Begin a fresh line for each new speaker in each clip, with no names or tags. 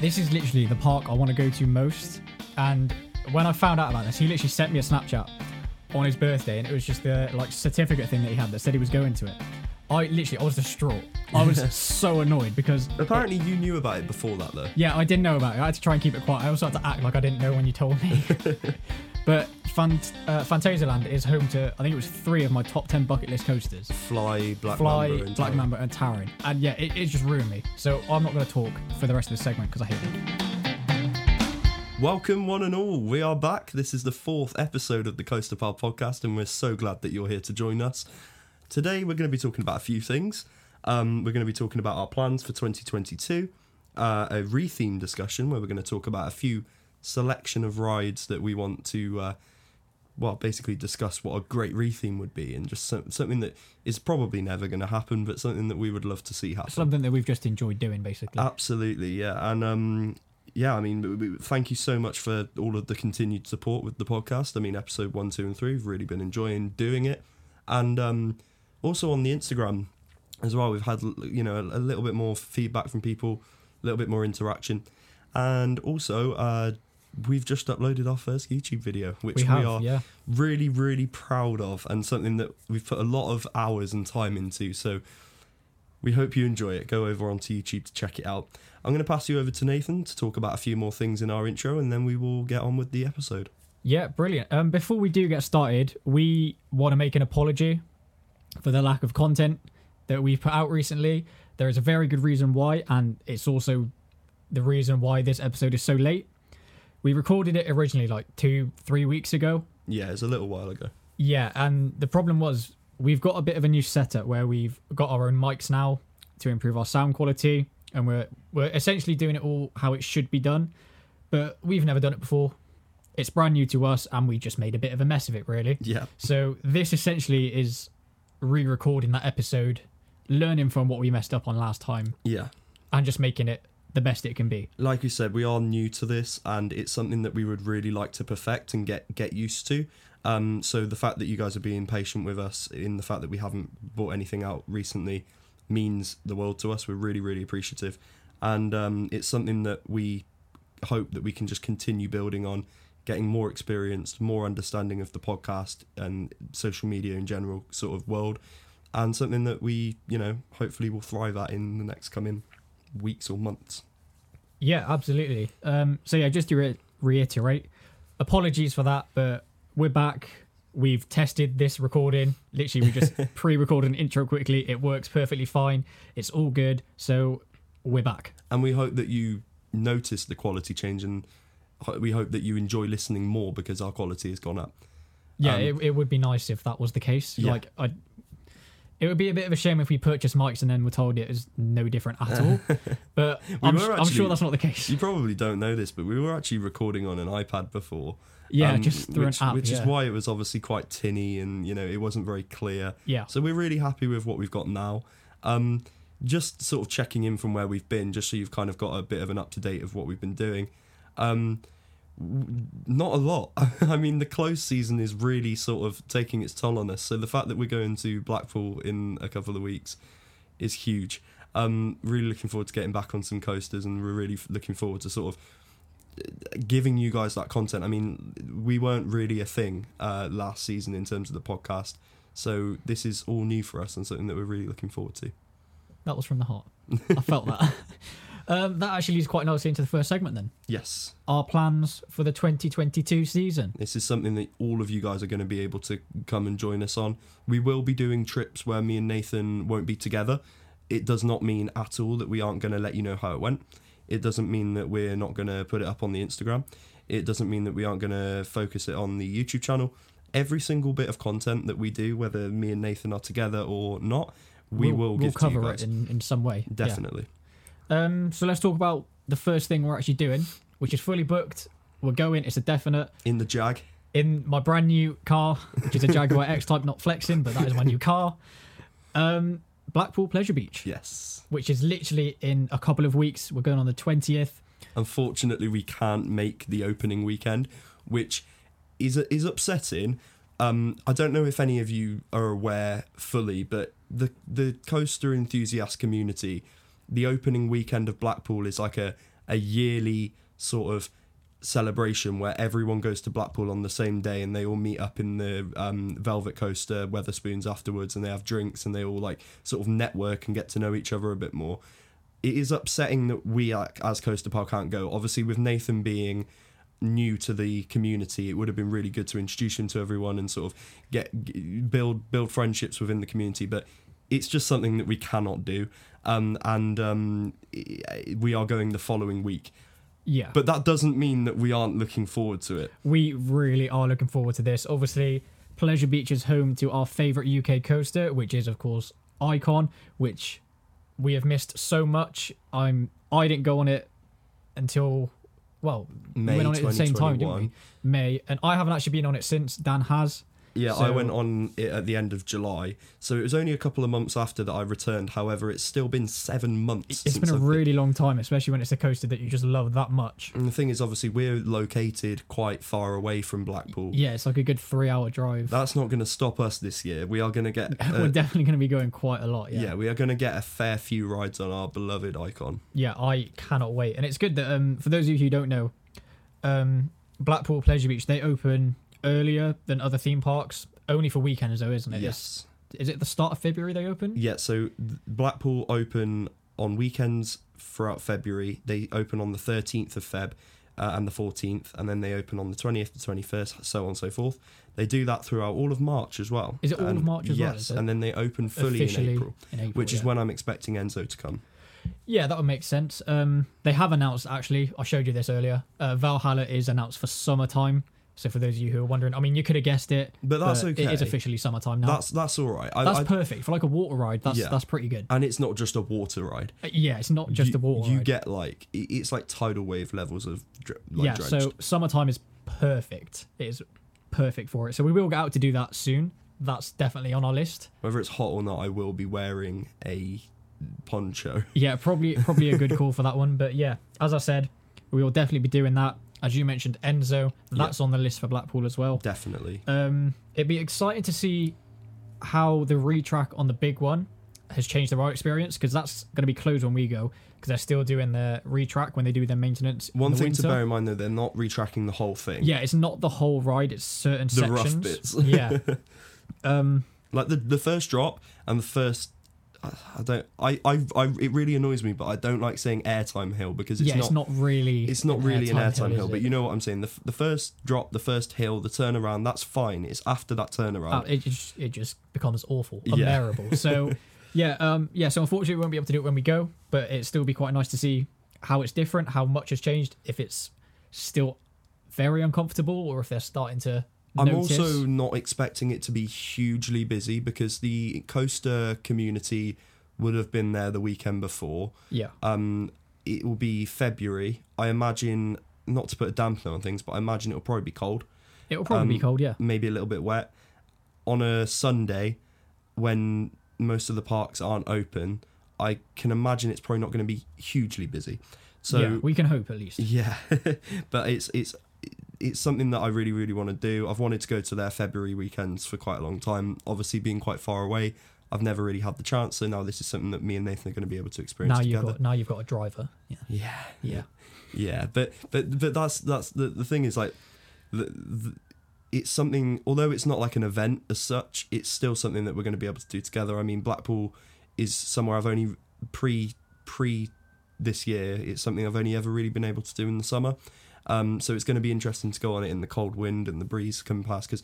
This is literally the park I want to go to most. And when I found out about this, he literally sent me a Snapchat on his birthday, and it was just the like certificate thing that he had that said he was going to it. I literally, I was distraught. I was so annoyed because
Apparently, you knew about it before that, though.
yeah, I didn't know about it. I had to try and keep it quiet. I also had to act like I didn't know when you told me. but Fant- uh, Fantasialand is home to I think it was three of my top ten bucket list coasters.
Fly, Black
Fly,
Mamba, and
Black
Tara.
Mamba, and Tarin. And yeah, it, it just ruined me. So I'm not going to talk for the rest of the segment because I hate it.
Welcome, one and all. We are back. This is the fourth episode of the Coaster Pal podcast, and we're so glad that you're here to join us. Today, we're going to be talking about a few things. Um, we're going to be talking about our plans for 2022, uh, a re theme discussion where we're going to talk about a few selection of rides that we want to, uh, well, basically discuss what a great re theme would be, and just so- something that is probably never going to happen, but something that we would love to see happen.
Something that we've just enjoyed doing, basically.
Ah. Absolutely, yeah, and um, yeah. I mean, we- we- thank you so much for all of the continued support with the podcast. I mean, episode one, two, and three. We've really been enjoying doing it, and um, also on the Instagram as well. We've had you know a little bit more feedback from people, a little bit more interaction, and also uh, we've just uploaded our first YouTube video, which
we
we,
have,
are
yeah.
really, really proud of, and something that we've put a lot of hours and time into. So we hope you enjoy it. Go over onto YouTube to check it out. I'm going to pass you over to Nathan to talk about a few more things in our intro, and then we will get on with the episode.
Yeah, brilliant. Um, before we do get started, we want to make an apology for the lack of content that we've put out recently. There is a very good reason why, and it's also the reason why this episode is so late. We recorded it originally like two, three weeks ago.
Yeah, it's a little while ago.
Yeah, and the problem was we've got a bit of a new setup where we've got our own mics now to improve our sound quality, and we're we're essentially doing it all how it should be done, but we've never done it before. It's brand new to us, and we just made a bit of a mess of it, really.
Yeah,
So this essentially is re-recording that episode, learning from what we messed up on last time,
yeah.
and just making it the best it can be.
Like we said, we are new to this, and it's something that we would really like to perfect and get get used to. Um, so the fact that you guys are being patient with us in the fact that we haven't brought anything out recently means the world to us. We're really, really appreciative, and um, it's something that we hope that we can just continue building on, getting more experienced, more understanding of the podcast and social media in general sort of world, and something that we, you know, hopefully will thrive at in the next coming weeks or months.
Yeah, absolutely. Um, so yeah, just to re- reiterate, apologies for that, but we're back. We've tested this recording. Literally, we just pre-recorded an intro quickly. It works perfectly fine. It's all good. So we're back.
and we hope that you notice the quality change and ho- we hope that you enjoy listening more because our quality has gone up
Yeah,
Um,
it, it would be nice if that was the case.
Yeah.
Like, I, it would be a bit of a shame if we purchased mics and then we're told it is no different at all. but I'm,
were
s- I'm
actually- Um,
sure that's not the case.
you probably don't know this but we were actually recording on an ipad before
Yeah,
um,
just through
which,
an app.
which
yeah.
is why it was obviously quite tinny and you know it wasn't very clear
Yeah.
so we're really happy with what we've got now um just sort of checking in from where we've been just so you've kind of got a bit of an up to date of what we've been doing um w- not a lot i mean the close season is really sort of taking its toll on us so the fact that we're going to blackpool in a couple of weeks is huge um really looking forward to getting back on some coasters and we're really f- looking forward to sort of giving you guys that content. I mean, we weren't really a thing uh, last season in terms of the podcast, so this is all new for us and something that we're really looking forward to.
That was from the heart. I felt that. Um, that actually leads quite nicely into the first segment then.
Yes,
Our plans for the 2022 season.
this is something that all of you guys are going to be able to come and join us on. We will be doing trips where me and Nathan won't be together. It does not mean at all that we aren't going to let you know how it went. It doesn't mean that we're not going to put it up on the Instagram. It doesn't mean that we aren't going to focus it on the YouTube channel. Every single bit of content that we do, whether me and Nathan are together or not, we
we'll,
will
we'll
give to
cover
you guys.
it in, in some way. Yeah.
Definitely.
Um, so let's talk about the first thing we're actually doing, which is fully booked. We're going. It's a definite.
In the Jag.
In my brand new car, which is a Jaguar X-Type. Not flexing, but that is my new car. Um, Blackpool Pleasure Beach,
Yes.
which is literally in a couple of weeks. We're going on the 20th.
Unfortunately, we can't make the opening weekend, which is is upsetting. Um, I don't know if any of you are aware fully, but the the coaster enthusiast community, the opening weekend of Blackpool is like a a yearly sort of celebration where everyone goes to Blackpool on the same day and they all meet up in the um, Velvet Coaster Weatherspoons afterwards and they have drinks and they all like sort of network and get to know each other a bit more. It is upsetting that we like, as Coaster Park can't go. Obviously, with Nathan being new to the community, it would have been really good to introduce him to everyone and sort of get g- build build friendships within the community. But it's just something that we cannot do, um, and um, i- we are going the following week.
Yeah.
But that doesn't mean that we aren't looking forward to it.
we really are looking forward to this. Obviously, Pleasure Beach is home to our favourite UK coaster, which is of course Icon, which we have missed so much. I'm I didn't go on it until well,
May
we went on it at the same time, didn't we?
2021.
May, and I haven't actually been on it since. Dan has.
Yeah, I
So-
went on it at the end of July, so it was only a couple of months after that I returned. However, it's still been seven months.
It's been
since
a
I've Mm.
really long time, especially when it's a coaster that you just love that much.
And the thing is, obviously, we're located quite far away from Blackpool.
Yeah, it's like a good three-hour drive.
That's not going to stop us this year. We are going to get. uh,
We're definitely going to be going quite a lot.
yeah, we are going to get a fair few rides on our beloved icon.
yeah, I cannot wait. And it's good that um, for those of you who don't know, um, Blackpool Pleasure Beach they open earlier than other theme parks, only for weekends though, isn't it? It's-
yes.
Is it the start of February they open?
Yeah, so th- Blackpool open on weekends throughout February. They open on the 13th of Feb uh, and the 14th, and then they open on the 20th, the 21st, so on and so forth. They do that throughout all of March as well.
Is it all of
And-
March as well,
Yes,
is it?
and then they open fully
Officially
in April,
in April,
which is
yeah.
when I'm expecting Enzo to come.
Yeah, that would make sense. Um, they have announced actually. I showed you this earlier. Uh, Valhalla is announced for summertime. So for those of you who are wondering, I mean, you could have guessed it,
But that's
It is
okay.
officially summertime now.
That's that's all right. I,
Oh. that's
I-
perfect for like a water ride. That's
Yeah.
that's pretty good.
and it's not just a water ride.
Uh, yeah, it's not just
you,
a water
You
ride.
get like i- it's like tidal wave levels of dr- like
yeah,
drenched.
so summertime is perfect. It is perfect for it. So we will get out to do that soon. That's definitely on our list.
Whether it's hot or not, I will be wearing a poncho.
Yeah, probably probably a good call for that one. But yeah, as I said, we will definitely be doing that. As you mentioned, Enzo, that's on the list for Blackpool as well.
Definitely.
Um, it'd be exciting to see how the retrack on the big one has changed the ride experience because that's going to be closed when we go because they're still doing their retrack when they do their maintenance. in
One
the
thing
winter.
to bear in mind though, they're not retracking the whole thing.
Yeah, it's not the whole ride; it's certain
The rough
sections.
bits.
yeah. Um,
Like the the first drop and the first I I don't I, I I it really annoys me, but I don't like saying airtime hill because it's
yeah,
not
it's not really.
it's not really an airtime hill,
is
but
it?
you know what I'm saying. The, f- the first drop, the first hill, the turnaround, that's fine. It's after that
Uh,
turnaround.
it just it just becomes awful,
Yeah.
unbearable. So yeah, um, yeah. So unfortunately, we won't be able to do it when we go, but it'd still be quite nice to see how it's different, how much has changed, if it's still very uncomfortable, or if they're starting to.
I'm
Ah, notice.
also not expecting it to be hugely busy because the coaster community would have been there the weekend before.
yeah.
Um, it will be February. I imagine, not to put a dampener on things, but I imagine it'll probably be cold,
It'll probably be
um,
cold. Yeah.
maybe a little bit wet. On a Sunday, when most of the parks aren't open, I can imagine it's probably not going to be hugely busy. So
yeah, we can hope at least.
yeah, but it's it's it's something that I really really want to do. I've wanted to go to their February weekends for quite a long time. Obviously, being quite far away, I've never really had the chance. So now this is something that me and Nathan are going to be able to experience
Now you've
together.
got now you've got a driver. Yeah.
Yeah,
Yeah.
yeah. But but but that's that's the the thing is like, the, the, it's something. Although it's not like an event as such, it's still something that we're going to be able to do together. I mean, Blackpool is somewhere I've only pre pre this year. It's something I've only ever really been able to do in the summer. Um, so it's going to be interesting to go on it in the cold wind and the breeze coming past because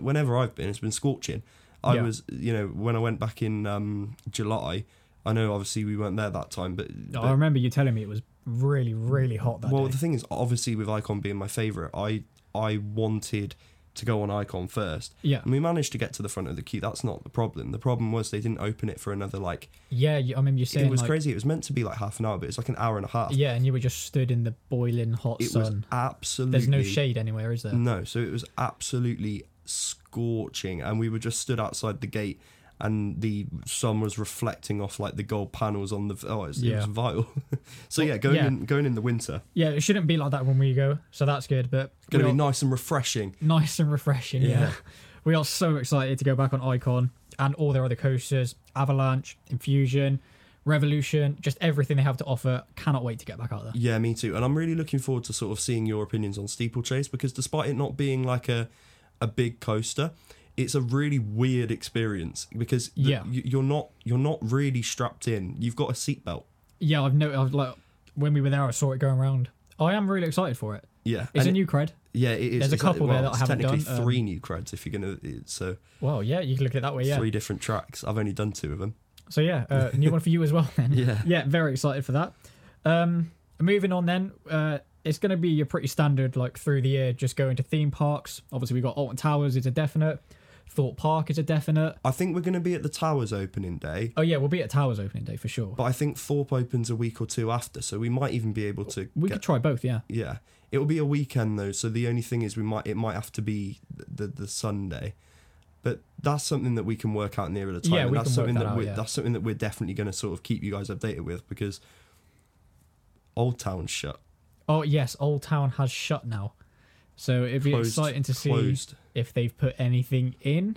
whenever I've been, it's been scorching. I
Yeah.
was, you know, when I went back in um, July. I know, obviously, we weren't there that time, but,
No,
but
I remember you telling me it was really really hot that
well,
day.
the thing is, obviously, with Icon being my favorite, I I wanted to go on Icon first,
yeah.
and we managed to get to the front of the queue. That's not the problem. The problem was they didn't open it for another like.
Yeah. you- I remember you saying
it was
like,
crazy. It was meant to be like half an hour, but it's like an hour and a half.
Yeah, and you were just stood in the boiling hot
it was
sun.
absolutely
There's no shade anywhere, is there?
No, so it was absolutely scorching, and we were just stood outside the gate, and the sun was reflecting off like the gold panels on the. Oh, it's, it
Yeah.
was vile. so
Well,
yeah, going
yeah.
in going in the winter,
Yeah, it shouldn't be like that when we go, so that's good. But
going to
we
be
are
nice and refreshing.
nice and refreshing. Yeah.
Yeah.
we are so excited to go back on Icon and all their other coasters, Avalanche, Infusion. Revolution, just everything they have to offer. Cannot wait to get back out there.
Yeah, me too. And I'm really looking forward to sort of seeing your opinions on Steeplechase because despite it not being like a a big coaster, it's a really weird experience because the-
Yeah.
you- you're not you're not really strapped in. You've got a seatbelt.
Yeah, I've noticed. I've like when we were there, I saw it going around. I am really excited for it.
Yeah,
It's
and
a
it-
new cred.
yeah. It is.
there's a
It's like-
couple there that I
it's
haven't
technically
done, um,
three new creds if you're gonna. It, so
Well, yeah, you can look at it that way. Yeah.
three different tracks. I've only done two of them.
So yeah, uh, new one for you as well then.
Yeah.
Yeah, very excited for that. Um, moving on then, uh, it's going to be your pretty standard like through the year, just going to theme parks. Obviously, we got Alton Towers is a definite. Thorpe Park is a definite.
I think we're gonna be at the Towers opening day,
Oh yeah, we'll be at Towers opening day for sure.
but I think Thorpe opens a week or two after, so we might even be able to.
we
get,
could try both. Yeah.
yeah, it will be a weekend though, so the only thing is we might it might have to be the the, the Sunday. But that's something that we can work out nearer the time.
Yeah,
and
we
that's
can work
something
that out,
we're,
yeah.
that's something that we're definitely going to sort of keep you guys updated with because Old Town's shut.
Oh yes, Old Town has shut now, so it'd be
Closed,
exciting to see
closed.
if they've put anything in.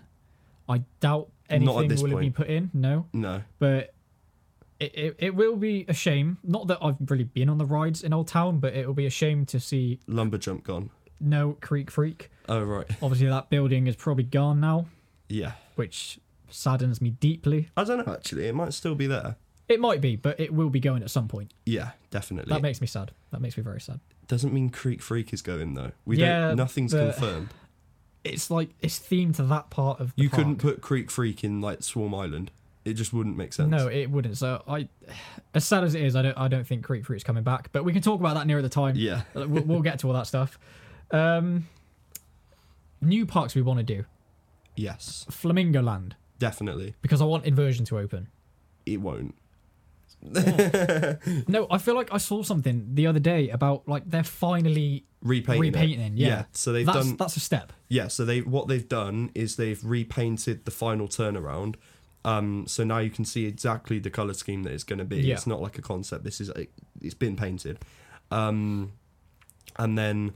I doubt
at
anything
this
will have been put
point.
in. No,
No.
but it, it, it will be a shame. Not that I've really been on the rides in Old Town, but it will be a shame to see
Lumberjump gone.
no Creek Freak.
Oh right.
Obviously, that building is probably gone now,
Yeah.
which saddens me deeply.
I don't know actually. It might still be there.
It might be, but it will be going at some point.
Yeah, definitely.
That makes me sad. That makes me very sad.
Doesn't mean Creek Freak is going though. We
Yeah,
don't nothing's
but-
confirmed.
It's like it's themed to that part of the
You
park.
couldn't put Creek Freak in like Swarm Island. It just wouldn't make sense.
No, it wouldn't. So I, as sad as it is, I don't. I don't think Creek Fruit's coming back. But we can talk about that nearer the time.
Yeah.
Uh, we'll, we'll get to all that stuff. Um, new parks we want to do
Yes.
Flamingo Land
Definitely.
because I want Inversion to open.
It won't.
No, I feel like I saw something the other day about like they're finally
Repainting. it.
repainting. Yeah.
So they've
that's
done
that's a step.
Yeah, so they what they've done is they've repainted the final turnaround. Um, so now you can see exactly the color scheme that it's going to be.
Yeah.
It's not like a concept. This is it's been painted. Um, and then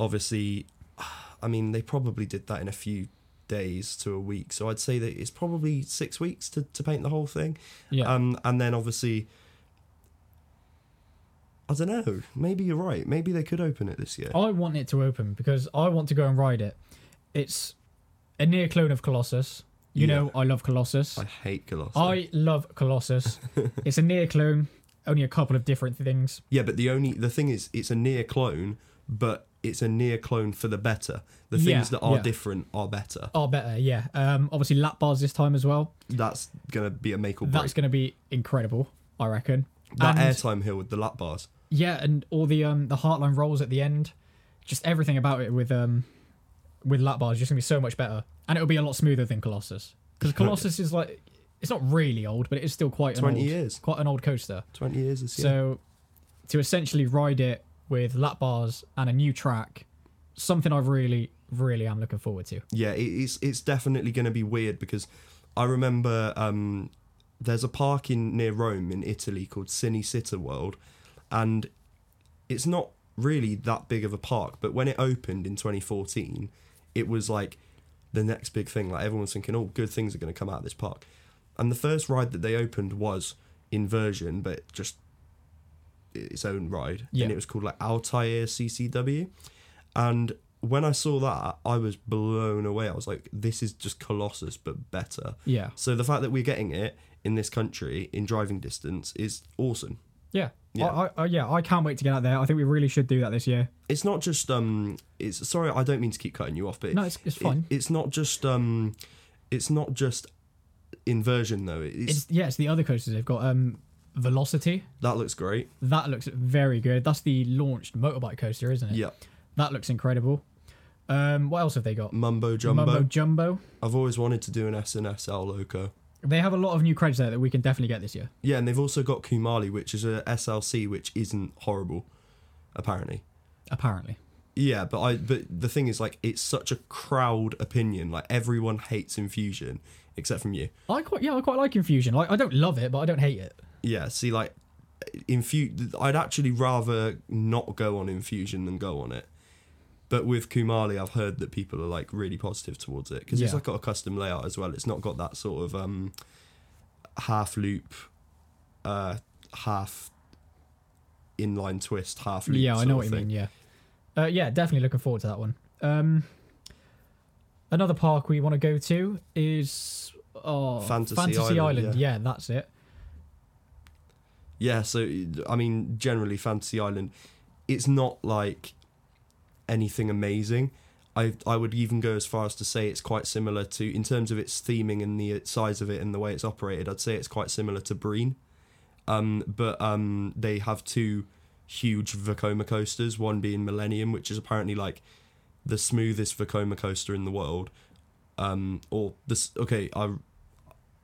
obviously, I mean, they probably did that in a few days to a week. So I'd say that it's probably six weeks to, to paint the whole thing.
Yeah.
Um, and then obviously, I don't know. Maybe you're right. Maybe they could open it this year.
I want it to open because I want to go and ride it. It's a near clone of Colossus. You
Yeah.
know, I love Colossus.
I hate Colossus.
I love Colossus. it's a near clone, only a couple of different things.
Yeah, but the only the thing is, it's a near clone, but it's a near clone for the better. The things
Yeah,
that are
yeah.
different are better.
Are better, yeah. Um, obviously lap bars this time as well.
That's gonna be a make or break.
That's going to be incredible, I reckon.
Oh, that
and,
airtime hill with the lap bars.
yeah, and all the um the Heartline rolls at the end, just everything about it with um with lap bars is just going to be so much better, and it'll be a lot smoother than Colossus because Colossus is like it's not really old, but it is still quite an
20
old-
years.
quite an old coaster.
Twenty years this year.
So to essentially ride it with lap bars and a new track, something I really, really am looking forward to.
yeah, it, it's it's definitely gonna be weird because I remember um, there's a park in near Rome in Italy called Cinecittà World, and it's not really that big of a park, but when it opened in 2014, it was like the next big thing. Like everyone's thinking, oh, good things are going to come out of this park. And the first ride that they opened was Inversion, but just its own ride.
Yeah.
And it was called like Altair CCW. And when I saw that, I was blown away. I was like, this is just Colossus, but better.
Yeah.
So the fact that we're getting it in this country in driving distance is awesome.
Yeah.
Yeah.
I, I, I, yeah, I can't wait to get out there. I think we really should do that this year.
it's not just um it's sorry i don't mean to keep cutting you off but
No, it's- it's fine.
it- it's not just um it's not just inversion though it's,
It's yeah, it's the other coasters they've got. Um, Velocity
that looks great
that looks very good. That's the launched motorbike coaster, isn't it?
yeah
That looks incredible. Um, what else have they got?
mumbo jumbo
Mumbo Jumbo.
i've always wanted to do an sns el loco
They have a lot of new creds there that we can definitely get this year.
yeah and they've also got kumali which is a slc which isn't horrible apparently
Apparently.
Yeah, but I but the thing is like it's such a crowd opinion. Like everyone hates infusion except from you.
I quite yeah, I quite like Infusion. Like I don't love it, but I don't hate it.
Yeah, see like infusion I'd actually rather not go on infusion than go on it. But with Kumali I've heard that people are like really positive towards it because it's
Yeah.
like got a custom layout as well. It's not got that sort of um half loop uh, half inline twist, half loop.
Yeah, I
sort
know
of
what you
thing.
mean. Yeah, uh, yeah, definitely looking forward to that one. Um, another park we want to go to is oh,
Fantasy
Island.
Island,
Yeah. that's it.
Yeah, so I mean, generally, Fantasy Island, it's not like anything amazing. I I would even go as far as to say it's quite similar to, in terms of its theming and the uh, size of it and the way it's operated. I'd say it's quite similar to Breen, um, but um, they have two huge Vacoma coasters. One being Millennium, which is apparently like the smoothest Vacoma coaster in the world. Um, or this okay, I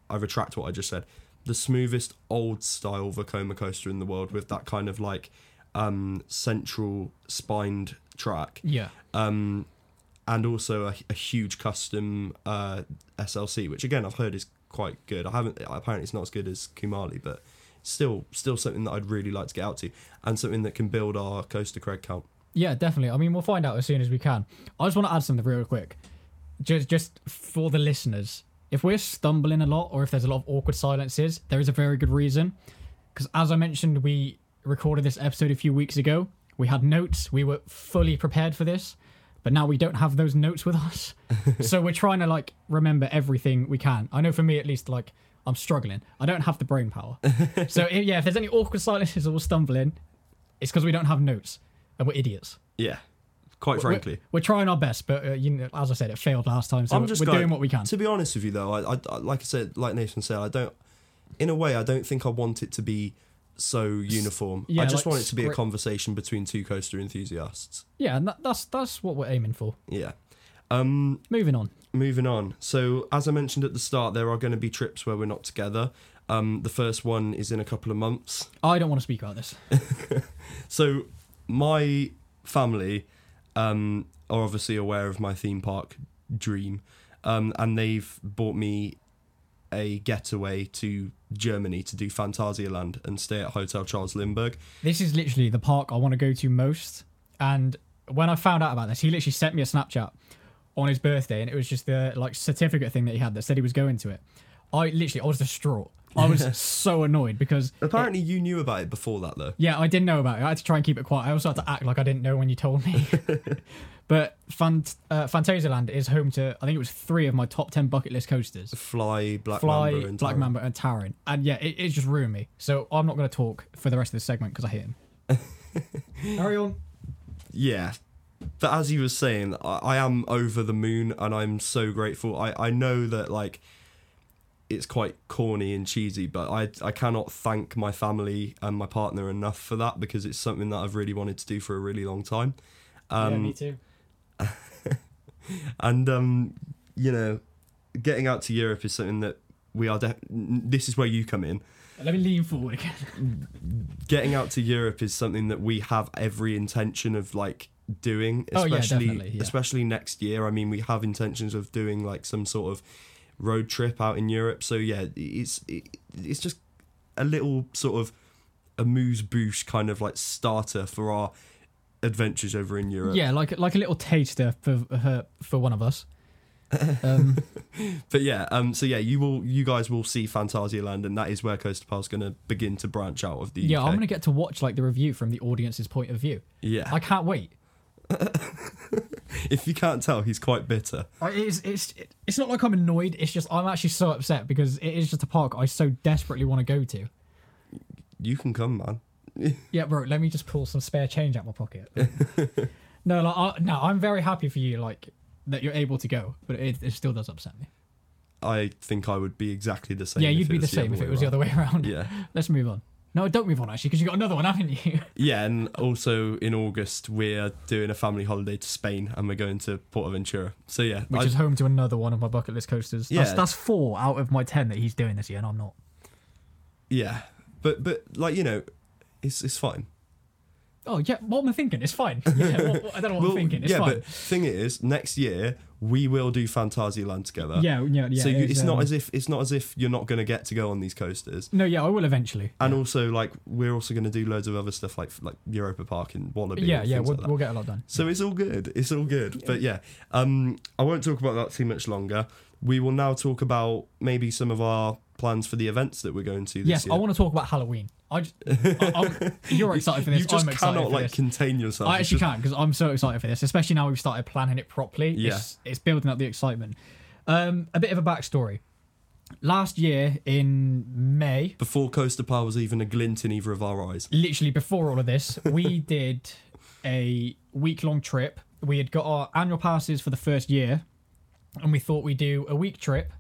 I retract what I just said the smoothest old style Vacoma coaster in the world with that kind of like um, central spined track
Yeah,
um, and also a, a huge custom uh, SLC, which again I've heard is quite good. I haven't apparently it's not as good as Kumali, but still still something that I'd really like to get out to and something that can build our coaster Craig count.
yeah, definitely. I mean, we'll find out as soon as we can. I just want to add something real quick, just just for the listeners. If we're stumbling a lot, or if there's a lot of awkward silences, there is a very good reason. Because as I mentioned, we recorded this episode a few weeks ago. We had notes. We were fully prepared for this, but now we don't have those notes with us. so we're trying to like remember everything we can. I know for me at least, like I'm struggling. I don't have the brain power. so i- yeah, if there's any awkward silences or stumbling, it's because we don't have notes and we're idiots.
Yeah, quite
We're-
frankly.
we're, trying our best, but uh, you know, as I said, it failed last time. So
I'm
we're,
just
we're
glad-
doing what we can.
To be honest with you, though, I, I, I like I said, like Nathan said, I don't. In a way, I don't think I want it to be so uniform.
yeah,
I just
like
want it to be a
script-
conversation between two coaster enthusiasts.
yeah, and that, that's that's what we're aiming for.
Yeah. Um,
Moving on.
moving on. So, as I mentioned at the start, there are going to be trips where we're not together. Um, the first one is in a couple of months.
I don't want to speak about this.
So, my family um, are obviously aware of my theme park dream, um, and they've bought me a getaway to Germany to do Fantasialand and stay at Hotel Charles Lindbergh.
This is literally the park I want to go to most. And when I found out about this, he literally sent me a Snapchat on his birthday, and it was just the like certificate thing that he had that said he was going to it. I literally, I was distraught. I was so annoyed because
Apparently, you knew about it before that, though.
yeah, I didn't know about it. I had to try and keep it quiet. I also had to act like I didn't know when you told me. but Fant- uh, Fantasialand is home to I think it was three of my top ten bucket list coasters:
Fly, Black
Fly,
Mamba, and
Black
Tyrant.
Mamba, and Taran. And yeah, it, it just ruined me. So I'm not going to talk for the rest of this segment because I hate him. Carry on.
yeah but as he was saying I, I am over the moon and i'm so grateful i i know that like it's quite corny and cheesy but i i cannot thank my family and my partner enough for that because it's something that i've really wanted to do for a really long time um
too.
and um you know getting out to europe is something that we are def- this is where you come in
Let me lean forward again.
getting out to Europe is something that we have every intention of like doing,
Oh, yeah,
especially
definitely, yeah.
especially next year. I mean, we have intentions of doing like some sort of road trip out in Europe. So yeah, it's it, it's just a little sort of amuse bouche kind of like starter for our adventures over in Europe.
Yeah, like like a little taster for her for one of us. Um,
But yeah, um so yeah, you will you guys will see Fantasialand and that is where Coaster Pal's going to begin to branch out of the
yeah,
UK.
I'm gonna get to watch like the review from the audience's point of view.
Yeah.
I can't wait.
if you can't tell, he's quite bitter.
I- It's it's it's not like I'm annoyed. It's just I'm actually so upset because it is just a park I so desperately want to go to.
You can come, man.
Yeah, bro. Let me just pull some spare change out my pocket. no, like I, no, I'm very happy for you, like that you're able to go, but it, it still does upset me.
I think I would be exactly the same.
yeah,
if
you'd
it
be the
was
same if
way
it was the
around.
other way around.
Yeah,
Let's move on. No, don't move on actually, because you got another one, haven't you?
yeah, and also in August we're doing a family holiday to Spain and we're going to Portaventura. So yeah,
Which
I-
is home to another one of my bucket list coasters. That's,
Yeah.
that's four out of my ten that he's doing this year, and I'm not.
yeah, but but like you know, it's it's fine.
Oh yeah, what am I thinking? It's fine. Yeah, what, what- I don't know what
Well,
I'm thinking. It's
yeah,
fine.
but thing is, next year we will do Fantasialand together.
yeah, yeah, yeah.
so you,
is,
it's not
um,
as if it's not as if you're not going to get to go on these coasters.
No, yeah, I will eventually.
And also, like, we're also going to do loads of other stuff, like like Europa Park and Wallaby.
yeah,
and
yeah,
things
we'll,
like that.
we'll get a lot done.
So it's all good. It's all good. But yeah, um, I won't talk about that too much longer. We will now talk about maybe some of our plans for the events that we're going to this
yes,
year.
I want to talk about Halloween. I just, I, I'm- you're excited for this.
you just
I'm excited
cannot
for
like
this.
contain yourself.
I
It's
actually
just-
can't because I'm so excited for this, especially now we've started planning it properly.
Yeah.
It's, it's building up the excitement. Um, a bit of a backstory. Last year in May,
Before Coaster Power was even a glint in either of our eyes.
literally before all of this, we did a week long trip. We had got our annual passes for the first year, and we thought we'd do a week trip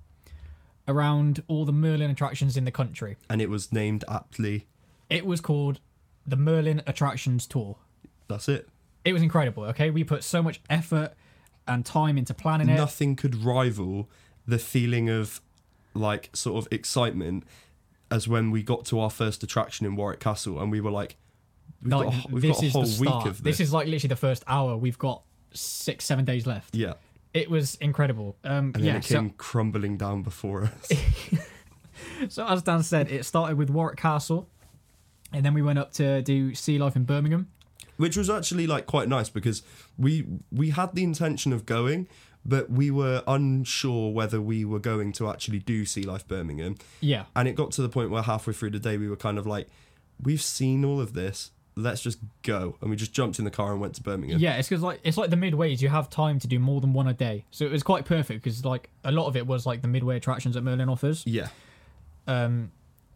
around all the Merlin attractions in the country.
And it was named aptly.
It was called the Merlin Attractions Tour.
That's it.
It was incredible, okay? We put so much effort and time into planning it.
Nothing could rival the feeling of like sort of excitement as when we got to our first attraction in Warwick Castle and we were like, we've
Like,
got a, wh- we've
this
got a
is
whole
the
week
start.
of this.
is like literally the first hour. We've got six, seven days left.
yeah.
It was incredible. Um,
And then
yeah,
it
so-
came crumbling down before us.
So as Dan said, it started with Warwick Castle, and then we went up to do Sea Life in Birmingham.
which was actually like quite nice because we we had the intention of going but we were unsure whether we were going to actually do sea life birmingham
Yeah,
and it got to the point where halfway through the day we were kind of like we've seen all of this let's just go and we just jumped in the car and went to birmingham
yeah. It's because like it's like the midways. You have time to do more than one a day, so it was quite perfect because like a lot of it was like the midway attractions that Merlin offers.
yeah
Um,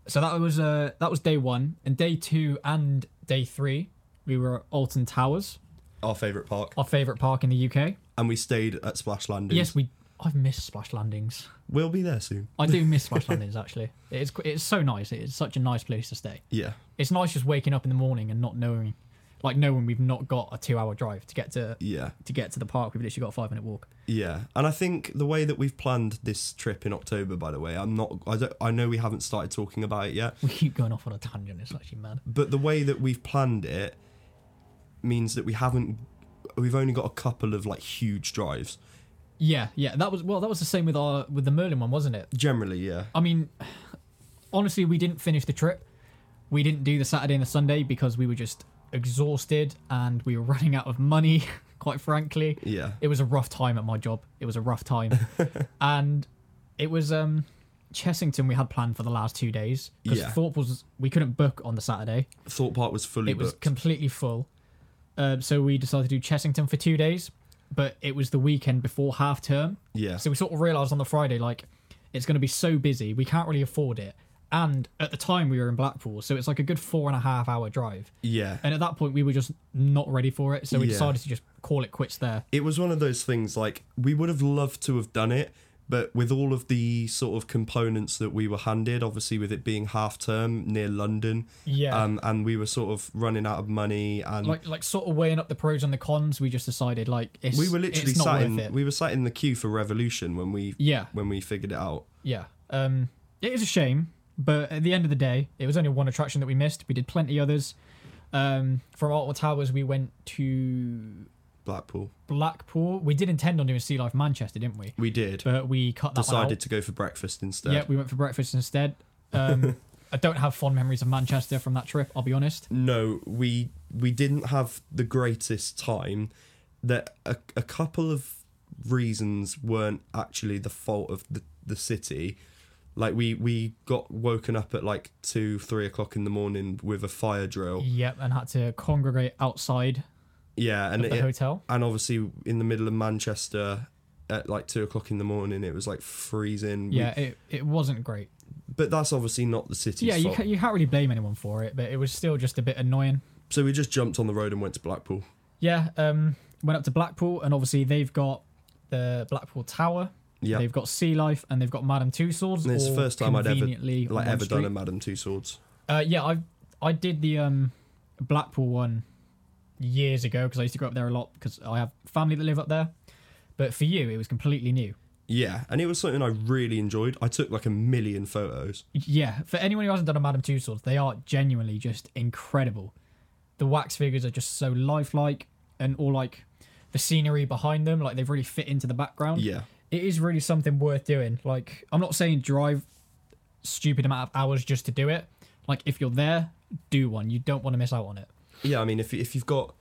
so that was uh that was day one and day two and day three. We were at Alton Towers,
our favorite park
our favourite park in the UK.
and we stayed at splash landings
Yes, we. I've missed splash landings.
we'll be there soon
I do miss splash landings actually. It's qu- it's so nice. It's such a nice place to stay.
yeah
it's nice just waking up in the morning and not knowing like knowing we've not got a two hour drive to get to
yeah
to get to the park we've literally got a five minute walk
Yeah, and I think the way that we've planned this trip in October, by the way, I'm not, I don't, I know we haven't started talking about it yet,
we keep going off on a tangent it's actually mad
but the way that we've planned it means that we haven't, we've only got a couple of like huge drives.
yeah yeah that was well that was the same with our with the merlin one wasn't it
Generally, yeah,
i mean honestly we didn't finish the trip we didn't do the saturday and the sunday because we were just exhausted and we were running out of money quite frankly
yeah,
it was a rough time at my job it was a rough time and it was um chessington we had planned for the last two days because
Yeah.
thorpe was we couldn't book on the saturday
Thought Park was fully
it was
booked.
completely full um, so we decided to do chessington for two days but it was the weekend before half term
yeah,
so we sort of realized on the friday like it's going to be so busy we can't really afford it and at the time we were in blackpool so it's like a good four and a half hour drive
yeah.
and at that point we were just not ready for it so we
Yeah.
decided to just call it quits there
It was one of those things like we would have loved to have done it, but with all of the sort of components that we were handed, obviously with it being half term near London,
Yeah.
um, and we were sort of running out of money and
like like sort of weighing up the pros and the cons we just decided like it's
we were literally
it's not
sat
worth
in
it
we were sat in the queue for revolution when we
yeah
when we figured it out
yeah um it is a shame but at the end of the day it was only one attraction that we missed we did plenty others um from Artwell Towers we went to
blackpool
Blackpool we did intend on doing Sea Life Manchester didn't we
we did
but we cut that one
decided
out.
to go for breakfast instead
yeah we went for breakfast instead um I don't have fond memories of Manchester from that trip I'll be honest
no we we didn't have the greatest time that a, a couple of reasons weren't actually the fault of the, the city like we we got woken up at like two three o'clock in the morning with a fire drill
yep and had to congregate outside
yeah and
the
it,
hotel
and obviously in the middle of manchester at like two o'clock in the morning it was like freezing We-
yeah it, it wasn't great
but that's obviously not the city's
yeah, you,
fault.
ca- you can't really blame anyone for it, but it was still just a bit annoying.
So we just jumped on the road and went to Blackpool.
Yeah, um, went up to Blackpool, and obviously they've got the Blackpool Tower,
Yeah,
they've got Sea Life, and they've got Madame Tussauds.
And it's the
all
first time I'd ever,
conveniently on
like
one
ever done
street.
a Madame Two Swords.
Uh, yeah, I I did the um, Blackpool one years ago because I used to go up there a lot because I have family that live up there. But for you, it was completely new.
Yeah, and it was something I really enjoyed. I took like a million photos.
Yeah, for anyone who hasn't done a Madame Tussauds, they are genuinely just incredible. The wax figures are just so lifelike, and all like the scenery behind them, like they've really fit into the background.
Yeah,
It is really something worth doing. Like, I'm not saying drive stupid amount of hours just to do it. Like, if you're there, do one. You don't want to miss out on it.
yeah. I mean, if if you've got,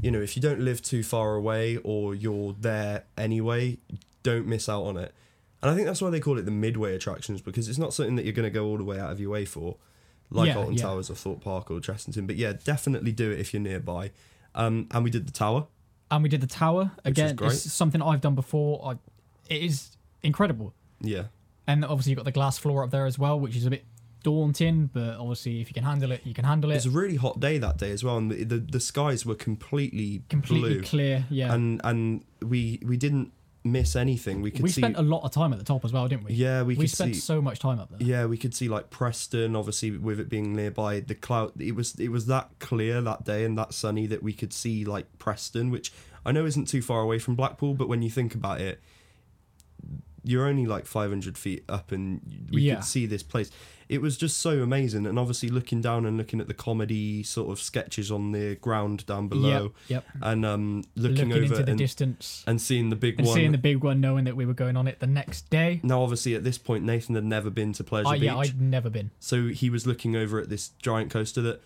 you know, if you don't live too far away or you're there anyway, don't miss out on it. And I think that's why they call it the midway attractions because it's not something that you're going to go all the way out of your way for, like
Yeah,
Alton
yeah.
Towers or Thorpe Park or Chessington. But yeah, definitely do it if you're nearby. Um, and we did the tower.
and we did the tower
was
again.
great.
It's something I've done before. I, it is incredible,
Yeah,
and obviously you've got the glass floor up there as well, which is a bit daunting. But obviously, if you can handle it, you can handle
it was
it.
a really hot day that day as well, and the the, the skies were completely
Completely
blue,
clear, yeah.
and and we we didn't miss anything. We could
we
see
spent a lot of time at the top as well, didn't we?
yeah we,
we
could
spent
see
so much time up there.
yeah we could see like Preston obviously with it being nearby the cloud it was it was that clear that day and that sunny that we could see like Preston which I know isn't too far away from Blackpool but when you think about it you're only like 500 feet up and we
Yeah.
could see this place it was just so amazing and obviously looking down and looking at the comedy sort of sketches on the ground down below
Yep. yep.
and um looking,
Looking,
over
into the
and,
distance
and seeing the big
and
one
seeing the big one, knowing that we were going on it the next day.
now obviously at this point Nathan had never been to Pleasure
I,
Beach
Oh, yeah, I'd never been.
So he was looking over at this giant coaster that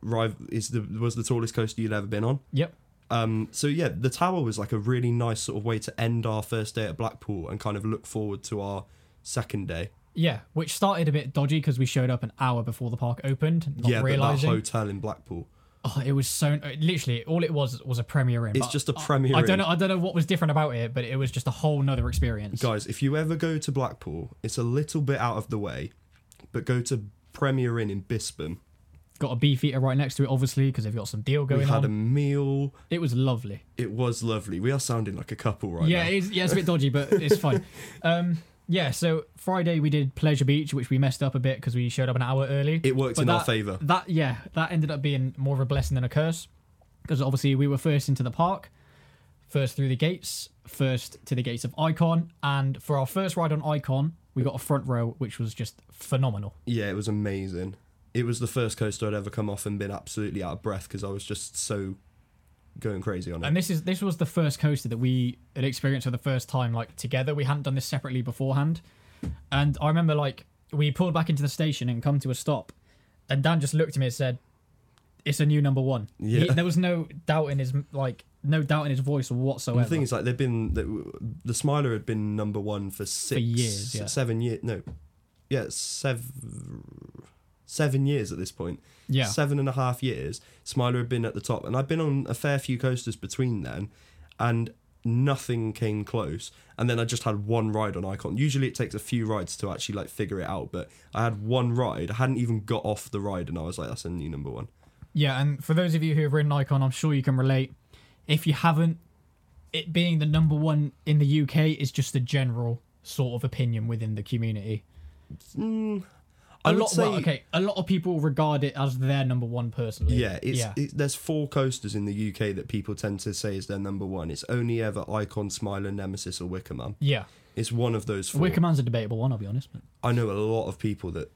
riv- is the was the tallest coaster you'd ever been on.
Yep.
Um, so yeah, the tower was like a really nice sort of way to end our first day at Blackpool and kind of look forward to our second day.
Yeah, which started a bit dodgy because we showed up an hour before the park opened, not
yeah,
realizing.
but that hotel in Blackpool.
Oh, it was so literally all it was was a premiere in.
It's
but
just a
I-
Premier
Uh, I
Inn.
don't know. I don't know what was different about it, but it was just a whole nother experience.
Guys, if you ever go to Blackpool, it's a little bit out of the way, but go to Premier Inn in Bispham.
Got a beef eater right next to it, obviously, because they've got some deal
We
going
had
on.
a meal.
It was lovely.
It was lovely. We are sounding like a couple right
yeah,
now.
it's, yeah, it's a bit dodgy, but it's fine. Um, yeah, so Friday we did Pleasure Beach, which we messed up a bit because we showed up an hour early.
It worked
But
in our
that-
favour.
That yeah, that ended up being more of a blessing than a curse because obviously we were first into the park, first through the gates, first to the gates of Icon, and for our first ride on Icon, we got a front row which was just phenomenal.
Yeah, it was amazing. It was the first coaster I'd ever come off and been absolutely out of breath because I was just so going crazy on it.
And this is this was the first coaster that we had experienced for the first time like together. We hadn't done this separately beforehand. And I remember like we pulled back into the station and come to a stop and Dan just looked at me and said it's a new number 1. He-
Yeah.
there was no doubt in his like no doubt in his voice whatsoever.
the thing is, like, they've been the, the Smiler had been number one for six,
years, yeah.
seven years. No, yeah, seven, seven years at this point.
yeah.
seven and a half years, Smiler had been at the top, and I've been on a fair few coasters between then, and nothing came close. And then I just had one ride on Icon. Usually it takes a few rides to actually like figure it out, but I had one ride. I hadn't even got off the ride, and I was like, "That's a new number one."
Yeah, and for those of you who have ridden Icon, I'm sure you can relate. If you haven't, it being the number one in the UK is just a general sort of opinion within the community.
I
A
would
lot,
say-
well, okay, a lot of people regard it as their number one personally.
Yeah, it's,
yeah,
It, there's four coasters in the UK that people tend to say is their number one. It's only ever Icon, Smiler, Nemesis, or Wickerman.
yeah.
It's one of those four.
Wickerman's a debatable one, I'll be honest. But
I know a lot of people that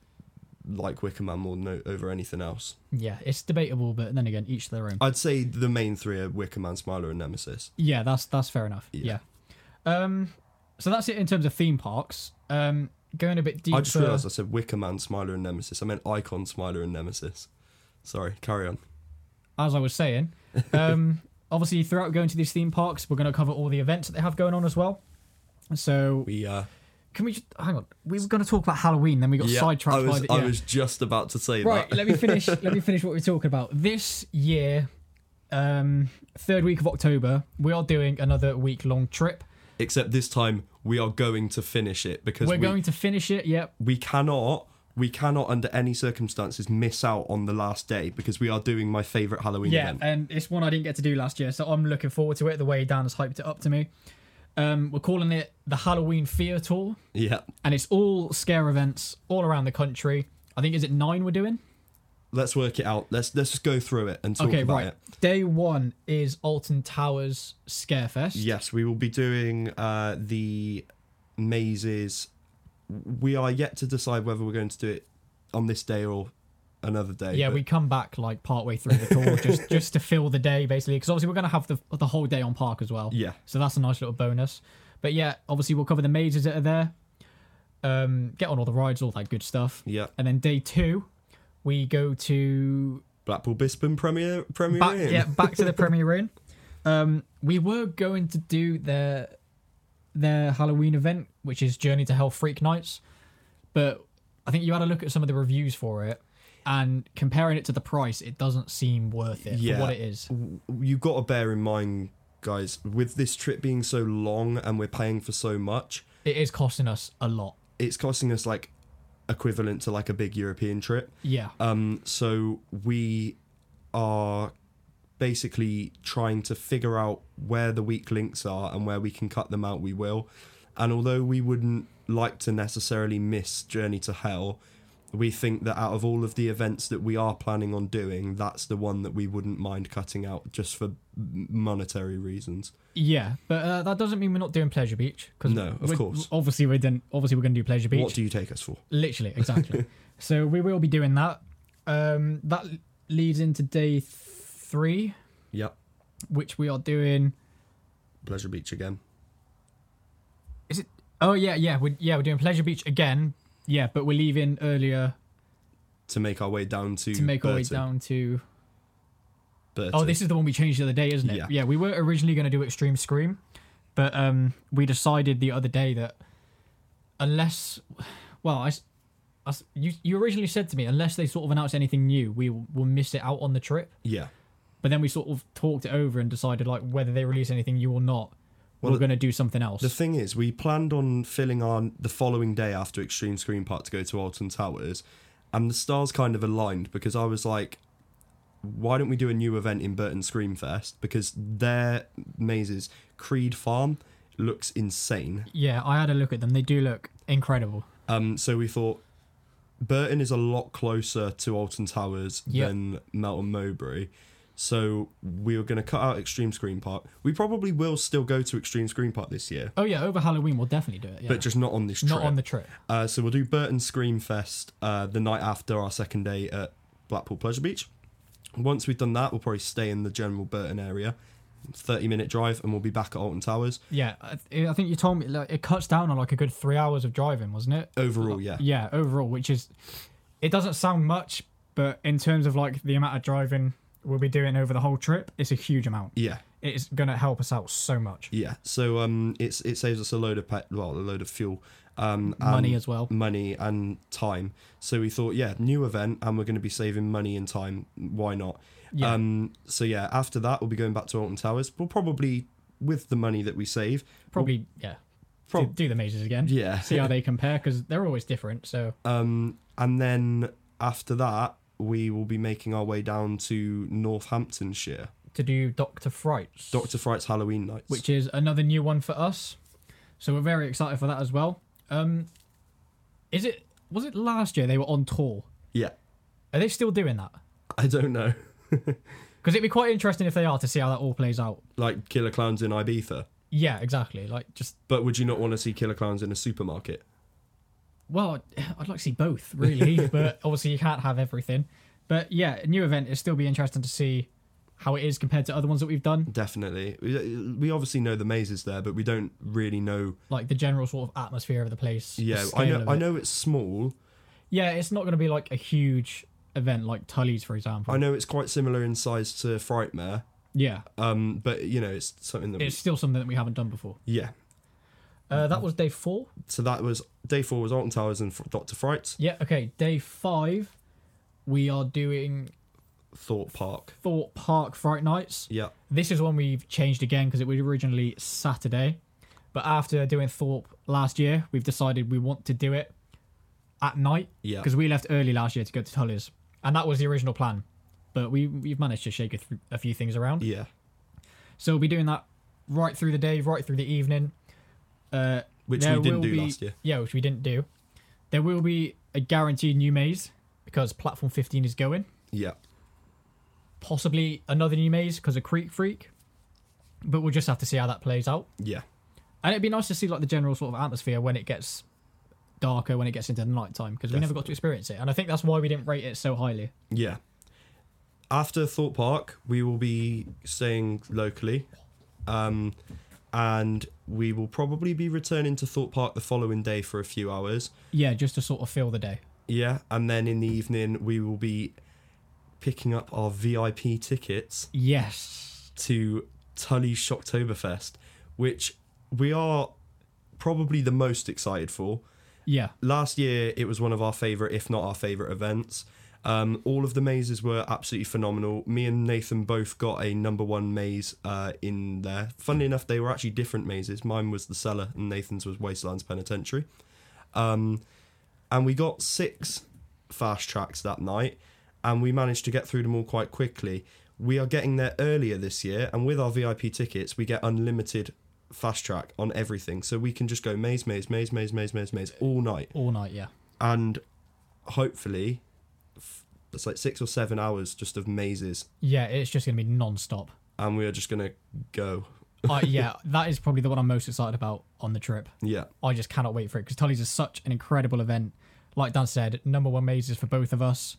like Wickerman more than o- over anything else.
yeah, it's debatable, but then again, each their own.
I'd say the main three are Wicker Man, Smiler, and Nemesis.
Yeah, that's that's fair enough.
Yeah.
Yeah. Um, so that's it in terms of theme parks. Um, going a bit deeper.
I just realised I said Wicker Man, Smiler, and Nemesis. I meant Icon, Smiler, and Nemesis. Sorry, carry on.
as I was saying, um, obviously throughout going to these theme parks, we're going to cover all the events that they have going on as well. So
We uh,
can we just hang on? We were going to talk about Halloween, then we got
yeah,
sidetracked
I was,
by the.
I
yeah.
was just about to say
right,
that.
let me finish. let me finish what we're talking about this year. Um, third week of October, we are doing another week-long trip.
Except this time we are going to finish it because
We're
we,
going to finish it. Yep,
we cannot we cannot under any circumstances miss out on the last day because we are doing my favourite Halloween
yeah,
event.
and it's one I didn't get to do last year, so I'm looking forward to it. The way Dan's hyped it up to me. Um, we're calling it the Halloween Fear Tour.
Yeah.
and it's all scare events all around the country. I think is it nine we're doing?
Let's work it out. Let's let's just go through it and talk
okay,
about
right.
it.
Day one is Alton Towers Scarefest.
Yes, we will be doing uh, the mazes. We are yet to decide whether we're going to do it on this day or another day.
Yeah,
but
we come back like partway through the tour just just to fill the day basically because obviously we're gonna have the the whole day on park as well.
Yeah,
So that's a nice little bonus. But yeah, obviously we'll cover the mazes that are there. Um, get on all the rides, all that good stuff.
yeah.
And then day two, we go to
Blackpool Bispham Premier Premier
back,
Inn.
yeah, back to the Premier Inn. Um, we were going to do the their Halloween event, which is Journey to Hell Freak Nights. But I think you had a look at some of the reviews for it, and comparing it to the price, it doesn't seem worth it
Yeah.
for what it is.
w- you got to bear in mind, guys, with this trip being so long and we're paying for so much,
It is costing us a lot.
it's costing us like equivalent to like a big European trip.
Yeah.
Um, so we are basically trying to figure out where the weak links are and where we can cut them out. We will, and although we wouldn't like to necessarily miss Journey to Hell. We think that out of all of the events that we are planning on doing, that's the one that we wouldn't mind cutting out just for m- monetary reasons.
Yeah, but uh, that doesn't mean we're not doing Pleasure Beach. 'cause
No, of
we're-
course.
Obviously, we're then obviously we're going to do Pleasure Beach.
What do you take us for?
Literally, exactly. so we will be doing that. Um, that l- leads into day th- three,
Yep,
which we are doing.
Pleasure Beach again.
Is it? Oh yeah, yeah, we're, yeah. We're doing Pleasure Beach again. Yeah, but we're leaving earlier
To make our way down to
to make our way
Burton.
down to.
Burton.
Oh, this is the one we changed the other day, isn't it?
Yeah.
we were originally going to do Extreme Scream, but um, we decided the other day that unless, well, I, s- I s- you, you originally said to me unless they sort of announce anything new, we will we'll miss it out on the trip.
yeah.
But then we sort of talked it over and decided like whether they release anything new or not,
Well,
we're
the-
going to do something else.
The thing is, we planned on filling on the following day after Extreme Screen Park to go to Alton Towers, and the stars kind of aligned because I was like, why don't we do a new event in Burton Scream Fest? Because their mazes, Creed Farm, looks insane.
yeah, I had a look at them. They do look incredible.
Um, so we thought Burton is a lot closer to Alton Towers
Yep.
than Melton Mowbray. So we were going to cut out Extreme Screen Park. We probably will still go to Extreme Screen Park this year,
Oh yeah, over Halloween we'll definitely do it. Yeah.
but just not on this trip.
not on the trip.
Uh, so we'll do Burton Scream Fest uh, the night after our second day at Blackpool Pleasure Beach. Once we've done that, we'll probably stay in the general Burton area, 30 minute drive, and we'll be back at Alton Towers.
Yeah, I, I think you told me like, it cuts down on like a good three hours of driving, wasn't it?
Overall, yeah.
yeah overall which is it doesn't sound much but in terms of like the amount of driving we'll be doing over the whole trip it's a huge amount
Yeah.
it's gonna help us out so much
Yeah. So um, it's it saves us a load of pet, well, a load of fuel, um, and
money as well
money and time. So we thought, yeah, new event, and we're going to be saving money and time. Why not?
Yeah.
Um, so yeah, after that, we'll be going back to Alton Towers. We'll probably with the money that we save,
probably yeah
prob-
do, do the mazes again
yeah,
see how they compare because they're always different so
Um, and then after that, we will be making our way down to Northamptonshire,
to do dr frights
Doctor Fright's Halloween nights.
which is another new one for us so we're very excited for that as well um is it was it last year they were on tour
yeah,
are they still doing that
I don't know,
because it'd be quite interesting if they are to see how that all plays out
like killer clowns in Ibiza.
yeah exactly like just
But would you not want to see killer clowns in a supermarket?
Well, I'd like to see both, really, but obviously you can't have everything. But yeah, new event. It'd still be interesting to see how it is compared to other ones that we've done,
Definitely. We we obviously know the mazes there, but we don't really know.
like the general sort of atmosphere of the place. the
Yeah, I
scale
know.
of
I
it.
know it's small.
Yeah, it's not going to be like a huge event like Tully's, for example.
I know it's quite similar in size to Frightmare.
Yeah,
Um, but you know, it's something that. we-
it's still something that we haven't done before.
yeah.
Uh, that was day four.
So that was day four was Alton Towers and Doctor Fright
Yeah, okay. Day five, we are doing
Thought Park.
Thought Park Fright Nights.
Yeah.
This is one we've changed again because it was originally Saturday, but after doing Thorpe last year, we've decided we want to do it at night
Yeah.
because we left early last year to go to Tully's, and that was the original plan. But we we've managed to shake a, th- a few things around,
Yeah.
so we'll be doing that right through the day, right through the evening. Uh,
Which
there
we didn't
will
do
be-
last year.
Yeah, which we didn't do. There will be a guaranteed new maze because platform 15 is going.
Yeah.
Possibly another new maze because of Creek Freak, but we'll just have to see how that plays out.
Yeah.
And it'd be nice to see like the general sort of atmosphere when it gets darker, when it gets into the night time, because we never got to experience it. And I think that's why we didn't rate it so highly.
Yeah. After Thought Park, we will be staying locally. Um, and we will probably be returning to Thought Park the following day for a few hours.
Yeah, just to sort of feel the day.
Yeah. And then in the evening, we will be picking up our VIP tickets
Yes.
to Tully Shocktoberfest, which we are probably the most excited for.
Yeah.
Last year, it was one of our favorite, if not our favorite, events. Um, all of the mazes were absolutely phenomenal. Me and Nathan both got a number one maze uh, in there. Funnily enough, they were actually different mazes. Mine was the cellar, and Nathan's was Wastelands Penitentiary. Um, and we got six fast tracks that night, and we managed to get through them all quite quickly. We are getting there earlier this year, and with our VIP tickets, we get unlimited fast track on everything. So we can just go maze, maze, maze, maze, maze, maze, maze all night,
All night. Yeah.
and hopefully, f- it's like six or seven hours just of mazes,
Yeah. It's just gonna be non-stop.
and we are just gonna go.
uh, yeah, that is probably the one I'm most excited about on the trip.
Yeah,
I just cannot wait for it because Tully's is such an incredible event. Like Dan said, number one mazes for both of us,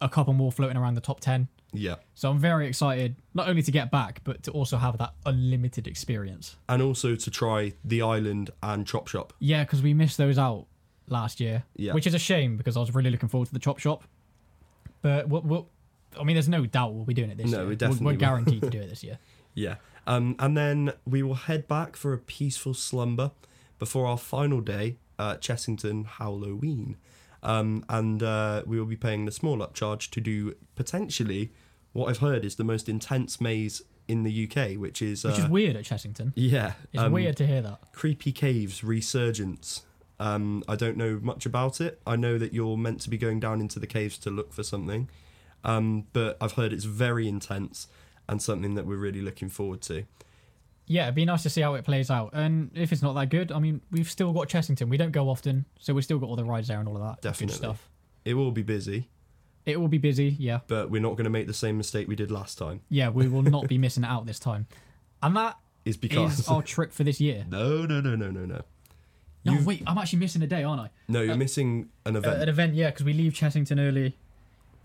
a couple more floating around the top 10.
yeah.
So I'm very excited, not only to get back, but to also have that unlimited experience.
And also to try the island and chop shop.
Yeah, because we missed those out last year,
Yeah.
which is a shame because I was really looking forward to the Chop Shop. But we'll, we'll, I mean, there's no doubt we'll be doing it this
No,
year.
we definitely
we're,
will.
we're guaranteed to do it this year.
Yeah. Um, and then we will head back for a peaceful slumber before our final day at Chessington Halloween. Um, and uh, we will be paying the small upcharge to do potentially what I've heard is the most intense maze in the UK, which is. Uh,
Which is weird at Chessington.
yeah.
It's
um,
weird to hear that.
Creepy Caves Resurgence. Um, I don't know much about it. I know that you're meant to be going down into the caves to look for something, um, but I've heard it's very intense and something that we're really looking forward to.
Yeah, it'd be nice to see how it plays out. And if it's not that good, I mean, we've still got Chessington. We don't go often, so we've still got all the rides there and all of that
Definitely.
good stuff.
It will be busy,
It will be busy, yeah.
but we're not going to make the same mistake we did last time.
Yeah, we will not be missing out this time. And that
Is
is oh.
because
our trip for this year.
no, no, no, no, no, no,
No,
You-
wait, I'm actually missing a day, aren't I?
no. You're missing an
Uh,
event.
an event, yeah, because we leave Chessington early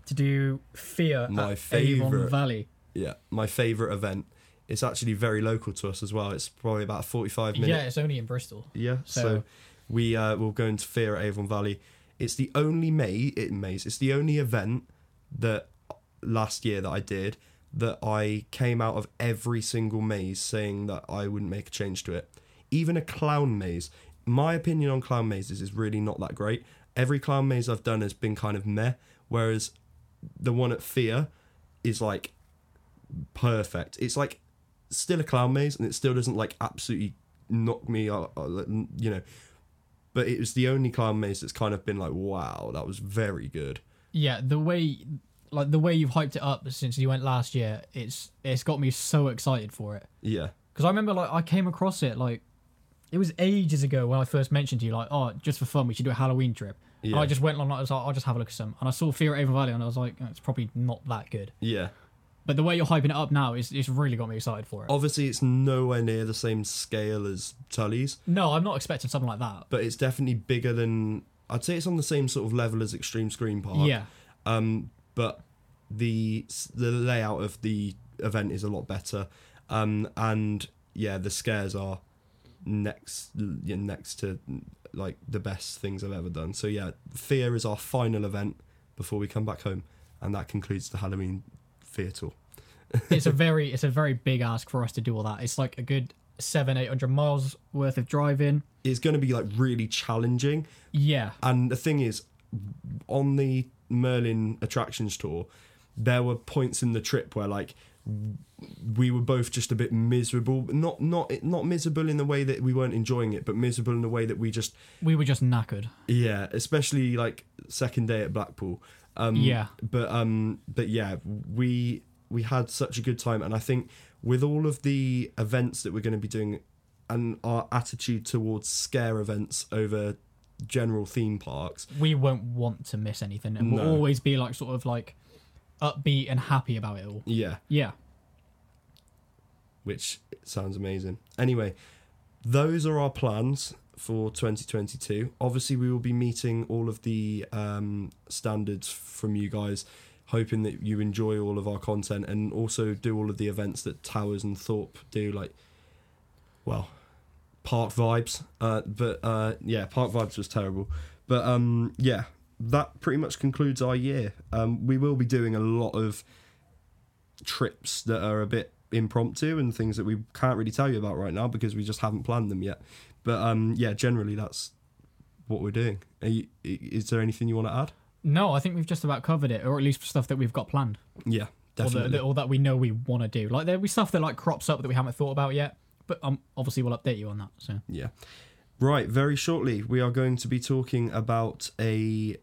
to do Fear
My
at Avon
favourite.
Valley.
yeah, my favorite event. It's actually very local to us as well. It's probably about a 45 minutes.
Yeah, it's only in Bristol.
Yeah. So,
So-
we uh, will go into Fear at Avon Valley. It's the only maze. It maze. It's the only event that last year that I did that I came out of every single maze saying that I wouldn't make a change to it. Even a clown maze. My opinion on clown mazes is really not that great. Every clown maze I've done has been kind of meh, whereas the one at Fear is like perfect. It's like still a clown maze, and it still doesn't like absolutely knock me out, uh, you know. But it was the only clown maze that's kind of been like, wow, that was very good.
Yeah, the way like the way you've hyped it up since you went last year, it's it's got me so excited for it.
Yeah,
Because I remember like I came across it like it was ages ago when I first mentioned to you like oh just for fun we should do a Halloween trip. And
Yeah.
I just went along I was like I'll just have a look at some and I saw Fear at Avon Valley and I was like "Oh, it's probably not that good.
yeah.
But the way you're hyping it up now is it's really got me excited for it.
Obviously, it's nowhere near the same scale as Tully's,
No, I'm not expecting something like that.
but it's definitely bigger than. I'd say it's on the same sort of level as Extreme Screen Park.
Yeah,
Um, but the the layout of the event is a lot better. Um, and yeah, the scares are next yeah, next to like the best things I've ever done. So yeah, fear is our final event before we come back home, and that concludes the Halloween fear tour.
it's a very it's a very big ask for us to do all that. It's like a good seven eight hundred miles worth of driving.
It's going to be like really challenging,
Yeah,
and the thing is, on the Merlin attractions tour, there were points in the trip where like we were both just a bit miserable not not not miserable in the way that we weren't enjoying it but miserable in the way that we just
we were just knackered.
yeah especially like second day at blackpool um
Yeah.
but um but yeah we we had such a good time and i think with all of the events that we're going to be doing and our attitude towards scare events over general theme parks
we won't want to miss anything and
No.
we'll always be like sort of like upbeat and happy about it all
yeah
yeah
which sounds amazing. Anyway, those are our plans for 2022. Obviously, we will be meeting all of the um, standards from you guys, hoping that you enjoy all of our content and also do all of the events that Towers and Thorpe do, like, well, park vibes. Uh, but uh, yeah, park vibes was terrible. But um, yeah, that pretty much concludes our year. Um, we will be doing a lot of trips that are a bit impromptu and things that we can't really tell you about right now because we just haven't planned them yet. But um, yeah, generally that's what we're doing. Are you, i- is there anything you want to add?
No, I think we've just about covered it, or at least for stuff that we've got planned,
Yeah,
or,
definitely.
that- that, or that we know we want to do. Like there'll be stuff that like crops up that we haven't thought about yet, but um, obviously we'll update you on that. So
Yeah. Right, very shortly, we are going to be talking about a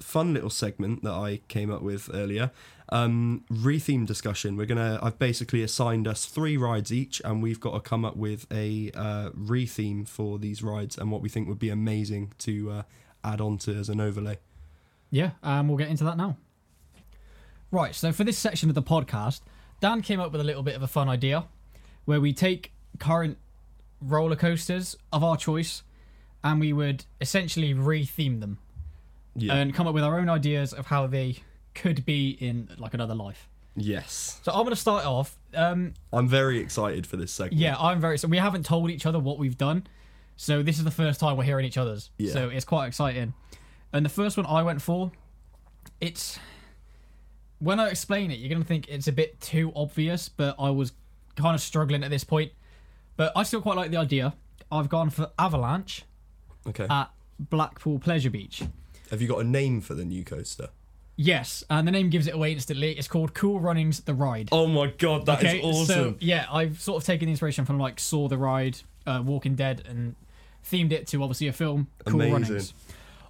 fun little segment that I came up with earlier. Um, retheme discussion. We're gonna. I've basically assigned us three rides each, and we've got to come up with a uh, retheme for these rides and what we think would be amazing to uh, add on to as an overlay.
yeah, um, we'll get into that now. Right. So for this section of the podcast, Dan came up with a little bit of a fun idea, where we take current roller coasters of our choice, and we would essentially re-theme them
Yeah.
and come up with our own ideas of how they could be in like another life.
yes.
So I'm going to start off. Um,
I'm very excited for this segment.
yeah, I'm very. So we haven't told each other what we've done, so this is the first time we're hearing each other's.
Yeah.
So it's quite exciting. And the first one I went for, it's when I explain it, you're going to think it's a bit too obvious, but I was kind of struggling at this point. But I still quite like the idea. I've gone for Avalanche
Okay.
at Blackpool Pleasure Beach.
Have you got a name for the new coaster?
Yes, and the name gives it away instantly. It's called Cool Runnings The Ride.
Oh my god, that is
So yeah, I've sort of taken the inspiration from like Saw the Ride, uh, Walking Dead, and themed it to obviously a film. Cool
Amazing.
runnings.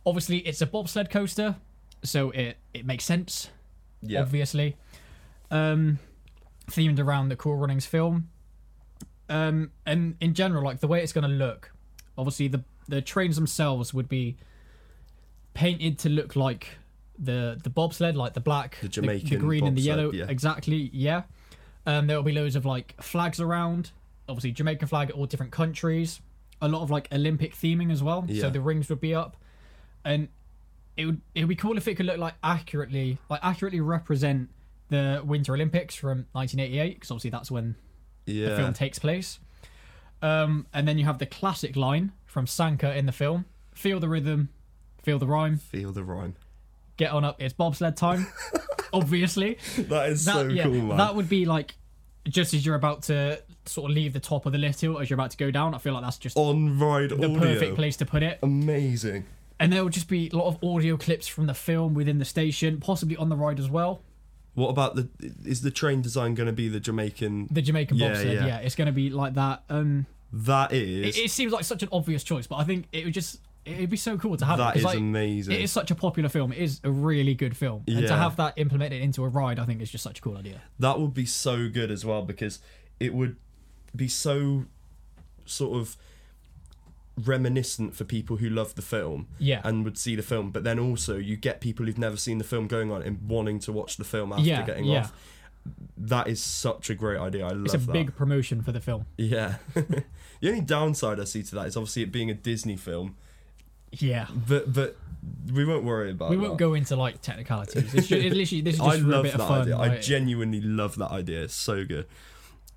Obviously, it's a bobsled coaster, so it it makes sense.
yeah.
Obviously, um, themed around the Cool Runnings film, um, and in general, like the way it's going to look. Obviously, the the trains themselves would be painted to look like the the bobsled, like the black,
The Jamaican
green, and the
bobsled,
yellow.
yeah.
Exactly, yeah. Um, there will be loads of like flags around. Obviously, Jamaican flag at all different countries. A lot of like Olympic theming as well.
Yeah.
So the rings would be up, and it would it would be cool if it could look like accurately like accurately represent the Winter Olympics from 1988 because obviously that's when
yeah.
the film takes place. Um, and then you have the classic line from Sanka in the film: "Feel the rhythm, feel the rhyme,
Feel the rhyme.
get on up, it's bobsled time." Obviously,
That is
that
so
yeah,
cool, man.
that would be like just as you're about to sort of leave the top of the lift hill as you're about to go down. I feel like that's just
on ride
the
audio.
perfect place to put it.
Amazing.
And there will just be a lot of audio clips from the film within the station, possibly on the ride as well.
What about the? Is the train design going to be the Jamaican?
The Jamaican
Yeah,
bobsled,
yeah.
yeah. it's going to be like that. Um,
That is.
it, it seems like such an obvious choice, but I think it would just it'd be so cool to have.
that
it. 'cause,
is
like,
amazing.
It is such a popular film. It is a really good film, and to
Yeah.
have that implemented into a ride, I think is just such a cool idea.
that would be so good as well because it would be so sort of reminiscent for people who love the film
Yeah.
and would see the film but then also you get people who've never seen the film going on and wanting to watch the film after
Yeah,
getting
yeah.
off that is such a great idea i love
It's a
that
big promotion for the film.
yeah the only downside i see to that is obviously it being a disney film
Yeah,
but but we won't worry about
we won't
that.
go into like technicalities. It's, ju- it's literally this is just
I
for a
love
bit
that
of fun.
idea. I
like-
genuinely love that idea. It's so good.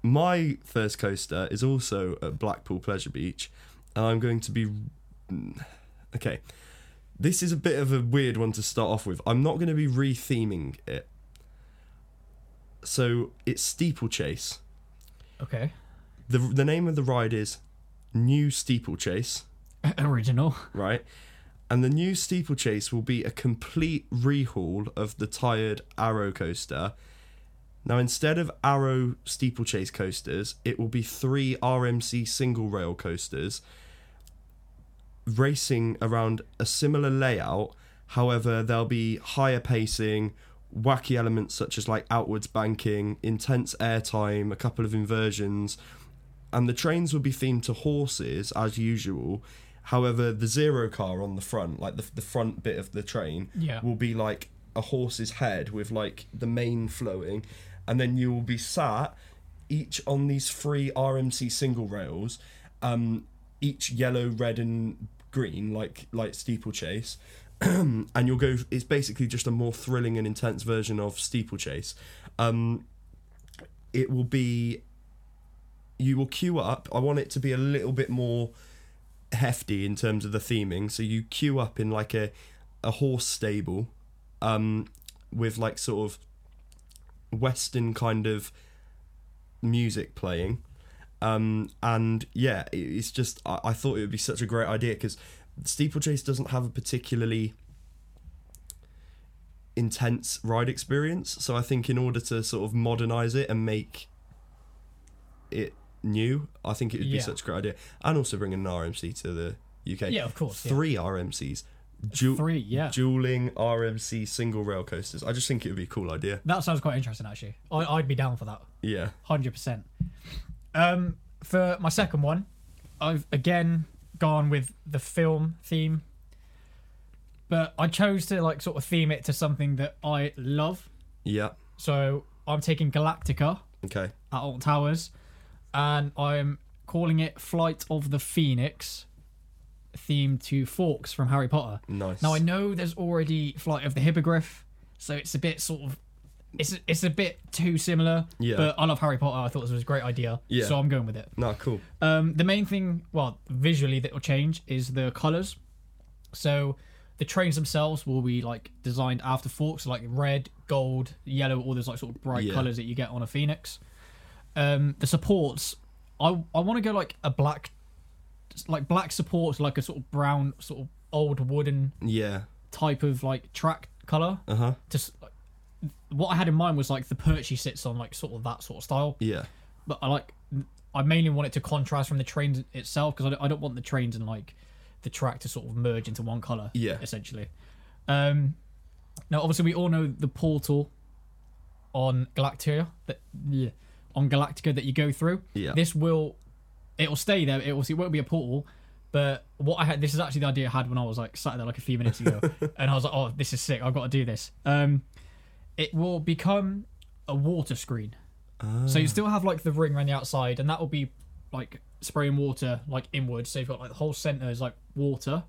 My first coaster is also at Blackpool Pleasure Beach, and I'm going to be. Okay. This is a bit of a weird one to start off with. I'm not going to be re theming it. So it's Steeplechase.
okay,
The, the name of the ride is New Steeplechase
original.
right? And the new steeplechase will be a complete rehaul of the tired Arrow coaster. Now, instead of Arrow steeplechase coasters, it will be three RMC single rail coasters racing around a similar layout. However, there'll be higher pacing, wacky elements such as like outwards banking, intense airtime, a couple of inversions, and the trains will be themed to horses as usual. However, the zero car on the front, like the, the front bit of the train,
Yeah.
will be like a horse's head with like the mane flowing, and then you will be sat each on these three RMC single rails, um, each yellow, red, and green, like like steeplechase. and you'll go. It's basically just a more thrilling and intense version of steeplechase. Um, it will be you will queue up. I want it to be a little bit more hefty in terms of the theming. So you queue up in like a a horse stable, um, with like sort of western kind of music playing, Um, and yeah, it- it's just I, I thought it would be such a great idea because steeplechase doesn't have a particularly intense ride experience. So I think in order to sort of modernize it and make it new, I think it would be
Yeah.
such a great idea. And also bringing an RMC to the UK.
Yeah, of course, yeah.
Three RMCs. Ju-
Three, yeah.
Dueling RMC single rail coasters. I just think it would be a cool idea.
That sounds quite interesting, actually. I, I'd be down for that.
Yeah.
hundred percent. Um, for my second one, I've again gone with the film theme, but I chose to like sort of theme it to something that I love.
Yeah.
So I'm taking Galactica
Okay.
at Alton Towers, and I'm calling it Flight of the Phoenix, themed to Forks from Harry Potter.
Nice.
Now I know there's already Flight of the Hippogriff, so it's a bit sort of it's it's a bit too similar.
Yeah.
But I love Harry Potter. I thought this was a great idea.
Yeah.
So I'm going with it.
No, cool.
Um, the main thing, well, visually that will change is the colors. So the trains themselves will be like designed after forks, like red, gold, yellow, all those like sort of bright
Yeah.
colors that you get on a phoenix. Um, the supports, I I want to go like a black, like black supports, like a sort of brown, sort of old wooden
Yeah.
type of like track color.
Uh huh.
Just like, what I had in mind was like the perch he sits on, like sort of that sort of style.
Yeah.
But I like, I mainly want it to contrast from the trains itself because I don't, I don't want the trains and like the track to sort of merge into one color.
Yeah.
essentially. Um, now obviously we all know the portal on Galactica that yeah, on Galactica that you go through.
Yeah.
This will it'll stay there. It will it won't be a portal. But what I had this is actually the idea I had when I was like sat there like a few minutes ago, and I was like, oh, this is sick. I've got to do this. Um, it will become a water screen. So
Ah.
you still have like the ring around the outside, and that will be like spraying water like inwards. So you've got like the whole center is like water,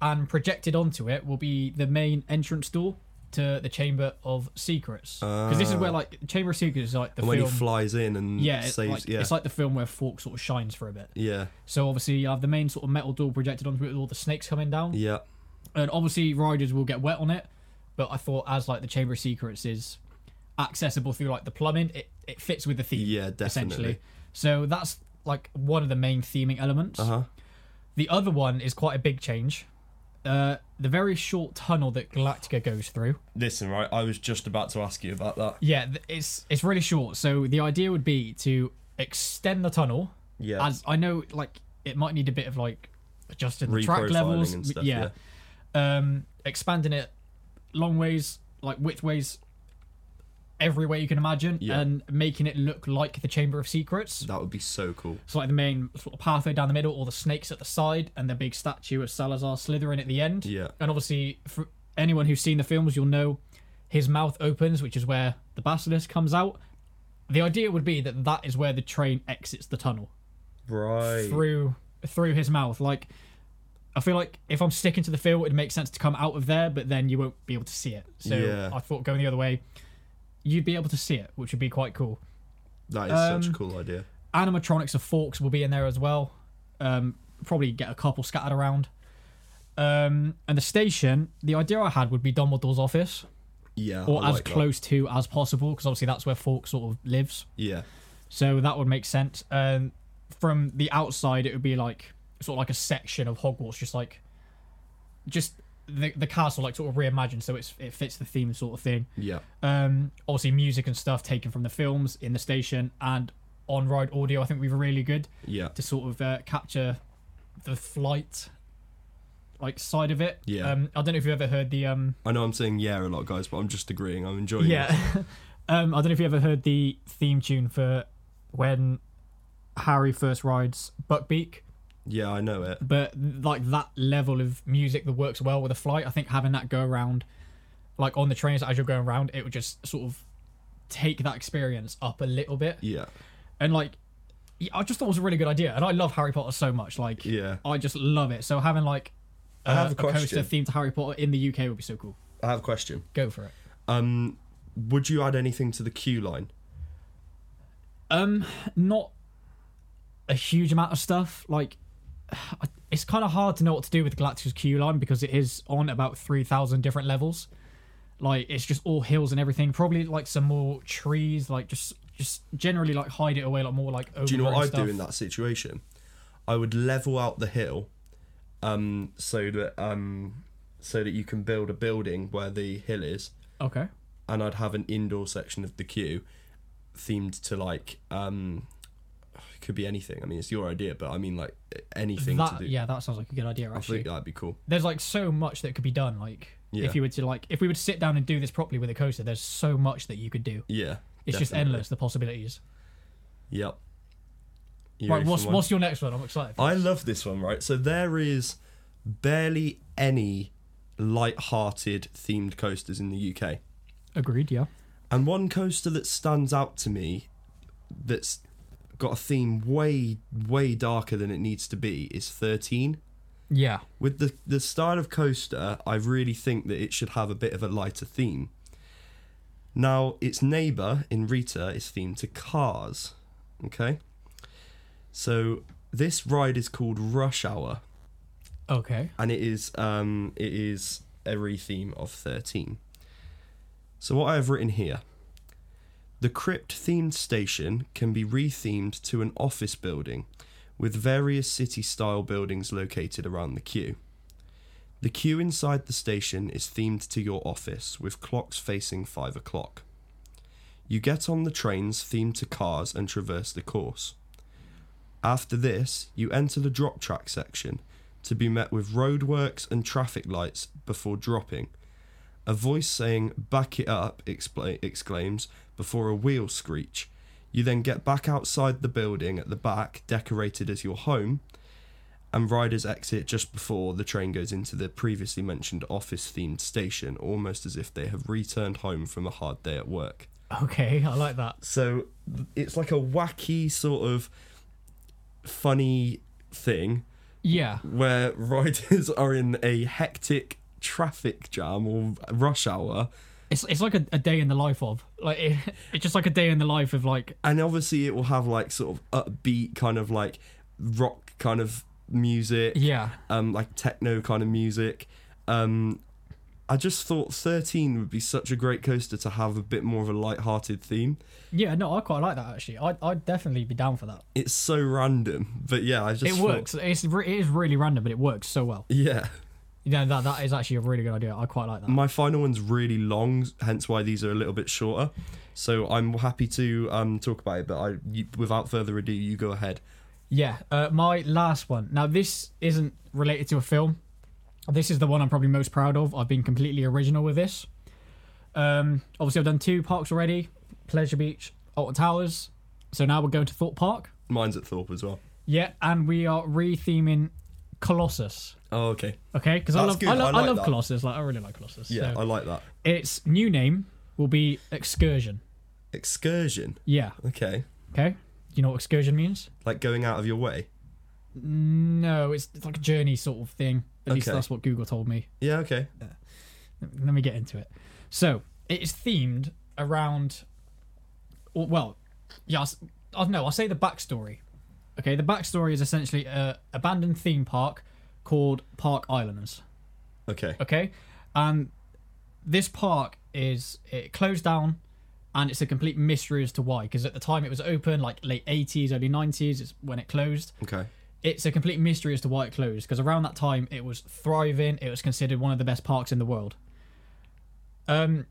and projected onto it will be the main entrance door to the Chamber of Secrets. Because this is where like Chamber of Secrets is like the
Ah. And when
film.
he flies in and
yeah, it's
saves.
like,
yeah.
it's like the film where Fork sort of shines for a bit.
yeah.
So obviously you have the main sort of metal door projected onto it with all the snakes coming down,
Yeah.
and obviously riders will get wet on it. But I thought as like the Chamber of Secrets is accessible through like the plumbing, it, it fits with the theme
Yeah. Definitely.
essentially. So that's like one of the main theming elements.
Uh huh.
The other one is quite a big change. Uh, the very short tunnel that Galactica goes through.
Listen, right. I was just about to ask you about that.
Yeah, th- it's it's really short. So the idea would be to extend the tunnel.
Yeah.
As I know, like it might need a bit of like adjusting the track
Reprofiling
levels.
and stuff,
yeah. Um, expanding it long ways, like width ways, every way you can imagine,
Yeah.
and making it look like the Chamber of Secrets.
that would be so cool.
So like the main sort of pathway down the middle, all the snakes at the side, and the big statue of Salazar slithering at the end.
Yeah.
And obviously, for anyone who's seen the films, you'll know his mouth opens, which is where the basilisk comes out. The idea would be that that is where the train exits the tunnel
Right.
through through his mouth. Like, I feel like if I'm sticking to the film, it'd make sense to come out of there, but then you won't be able to see it. So
Yeah.
I thought going the other way, you'd be able to see it, which would be quite cool
That is such
Um,
a cool idea.
animatronics of forks will be in there as well. Um, probably get a couple scattered around. Um, and the station, the idea I had would be Dumbledore's office,
Yeah.
or
I
as
like that.
close to as possible, because obviously that's where Fork sort of lives.
Yeah.
So that would make sense. Um, from the outside, it would be like sort of like a section of Hogwarts, just like just the the castle, like sort of reimagined, so it's it fits the theme sort of thing
Yeah.
um obviously music and stuff taken from the films in the station and on ride audio i think we were really good
Yeah.
to sort of uh, capture the flight like side of it
Yeah.
um i don't know if you've ever heard the um
I know I'm saying yeah a lot, guys, but I'm just agreeing. I'm enjoying.
yeah
This.
um i don't know if you ever heard the theme tune for when harry first rides buckbeak
Yeah. I know it.
but like that level of music that works well with a flight i think having that go around like on the trains as you're going around it would just sort of take that experience up a little bit
Yeah.
and like yeah, I just thought it was a really good idea, and I love Harry Potter so much. Like,
Yeah.
I just love it. So having like uh,
I have a
coaster
question.
themed to Harry Potter in the UK would be so cool.
I have a question.
Go for it.
Um, would you add anything to the queue line?
Um, not a huge amount of stuff. Like, I- it's kind of hard to know what to do with Galactus queue line because it is on about three thousand different levels. Like, it's just all hills and everything. Probably like some more trees, like just just generally like hide it away like more like
Do you know what
overgrown
I'd
stuff.
do in that situation? I would level out the hill, um, so that um, so that you can build a building where the hill is,
Okay.
and I'd have an indoor section of the queue themed to like um, it could be anything. I mean, it's your idea, but I mean like anything
That,
to do.
yeah, that sounds like a good idea
I
actually.
think that'd be cool.
There's like so much that could be done. Like
Yeah.
if you were to like if we would sit down and do this properly with a coaster, there's so much that you could do.
Yeah,
It's just
definitely.
endless the possibilities.
Yep. You
right,
ready for
what's
mine?
what's your next one? I'm excited.
I love this one, right? So there is barely any light-hearted themed coasters in the UK.
Agreed. Yeah.
And one coaster that stands out to me that's got a theme way way darker than it needs to be is 13.
Yeah.
With the the style of coaster, I really think that it should have a bit of a lighter theme. Now, its neighbor in Rita is themed to cars, okay? So this ride is called Rush Hour
Okay.
and it is um it is every theme of 13 so what i have written here the crypt themed station can be rethemed to an office building with various city style buildings located around the queue the queue inside the station is themed to your office with clocks facing 5 o'clock you get on the trains themed to cars and traverse the course after this, you enter the drop track section to be met with roadworks and traffic lights before dropping. A voice saying, Back it up, expla- exclaims before a wheel screech. You then get back outside the building at the back, decorated as your home, and riders exit just before the train goes into the previously mentioned office themed station, almost as if they have returned home from a hard day at work.
Okay. I like that.
So it's like a wacky sort of funny thing
Yeah.
where riders are in a hectic traffic jam or rush hour
It's it's like a, a day in the life of like it, it's just like a day in the life of like
and obviously it will have like sort of upbeat kind of like rock kind of music
yeah.
um like techno kind of music um I just thought 13 would be such a great coaster to have a bit more of a light-hearted theme.
Yeah, no, I quite like that actually. I I'd definitely be down for that.
It's so random, but yeah, I just
It
thought-
works. It's re- it is really random, but it works so well.
Yeah.
Yeah, that that is actually a really good idea. I quite like that.
my final one's really long, hence why these are a little bit shorter. So I'm happy to um, talk about it, but I, you, without further ado, you go ahead.
Yeah, uh, my last one. Now this isn't related to a film. This is the one I'm probably most proud of. I've been completely original with this. Um, obviously, I've done two parks already: Pleasure Beach, Alton Towers. So now we're going to Thorpe Park.
Mine's at Thorpe as well.
Yeah, and we are retheming Colossus.
Oh, okay.
Okay, because I
That's
love
good.
I, lo-
I
I,
like
love
that.
Colossus. Like I really like Colossus.
Yeah,
So
I like that.
its new name will be Excursion.
Excursion.
Yeah.
Okay.
Okay. You know what excursion means?
Like going out of your way.
No, it's, it's like a journey sort of thing. At least
Okay.
that's what Google told me.
Yeah, okay.
let me get into it. So it is themed around, or, well, yeah, I'll, s- I'll- no, I'll say the backstory. Okay, the backstory is essentially a abandoned theme park called Park Islands.
Okay.
Okay, and this park is it closed down, and it's a complete mystery as to why. Because at the time it was open, like late eighties, early nineties, is when it closed
Okay.
it's a complete mystery as to why it closed because around that time it was thriving it was considered one of the best parks in the world um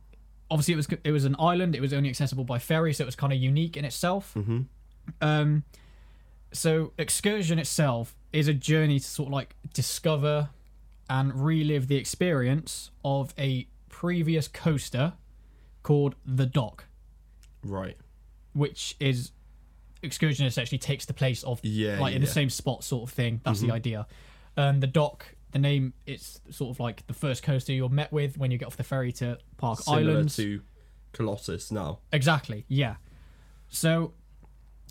obviously it was it was an island it was only accessible by ferry so it was kind of unique in itself mm-hmm. um so excursion itself is a journey to sort of like discover and relive the experience of a previous coaster called the dock
Right.
which is excursion essentially takes the place of
Yeah,
like in the
yeah. Mm-hmm.
same spot sort of thing that's the idea um the dock the name it's sort of like the first coaster you're met with when you get off the ferry to park
Similar
islands
to Colossus now.
exactly yeah so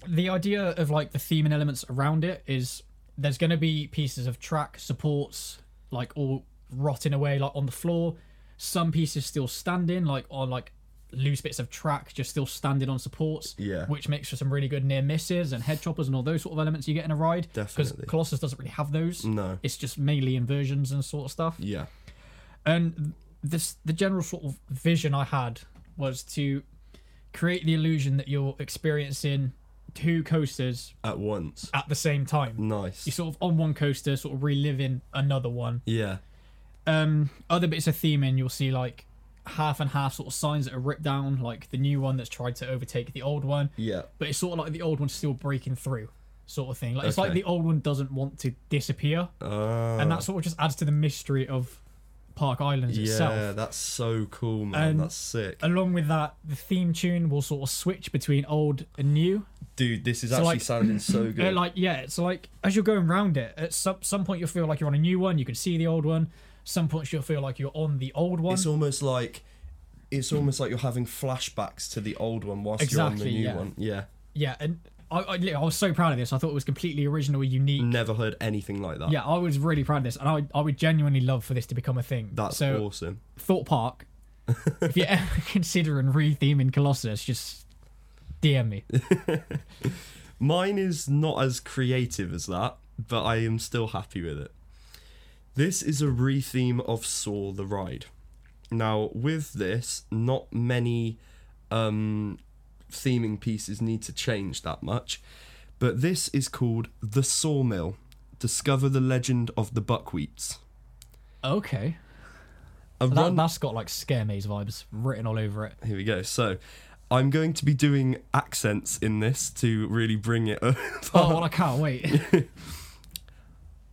the idea of like the theme and elements around it is there's going to be pieces of track supports like all rotting away like on the floor some pieces still standing like on like loose bits of track just still standing on supports
Yeah.
which makes for some really good near misses and head choppers and all those sort of elements you get in a ride
Definitely.
colossus doesn't really have those
No.
it's just mainly inversions and sort of stuff
Yeah.
and this the general sort of vision I had was to create the illusion that you're experiencing two coasters
at once.
at the same time.
Nice.
You're sort of on one coaster, sort of reliving another one.
Yeah.
Um, other bits of theming, you'll see like half and half sort of signs that are ripped down, like the new one that's tried to overtake the old one,
Yeah.
but it's sort of like the old one's still breaking through, sort of thing. Like it's like
Okay.
the old one doesn't want to disappear,
Uh,
and that sort of just adds to the mystery of Park Islands
yeah,
itself.
that's so cool, man.
And- uh,
that's sick.
along with that, the theme tune will sort of switch between old and new.
Dude, this is
So,
actually
like-
sounding so
Uh,
good.
like yeah, it's like as you're going round it, at some some point you'll feel like you're on a new one. You can see the old one. Some points you'll feel like you're on the old one.
it's almost like it's almost like you're having flashbacks to the old one whilst you're on
Exactly,
the new
yeah.
one. Yeah.
yeah, and I, I I was so proud of this. I thought it was completely original, unique.
Never heard anything like that.
Yeah, I was really proud of this, and I would, I would genuinely love for this to become a thing.
That's
so
awesome.
Thought Park. if you're ever considering retheming Colossus, just DM me.
Mine is not as creative as that, but I am still happy with it. This is a retheme of Saw the Ride. Now, with this, not many um, theming pieces need to change that much, but this is called The Sawmill Discover the Legend of the Buckwheats.
Okay,
A
that,
run-
that's got like scare maze vibes written all over it.
Here we go. So, I'm going to be doing accents in this to really bring it up.
Oh, well, I can't wait.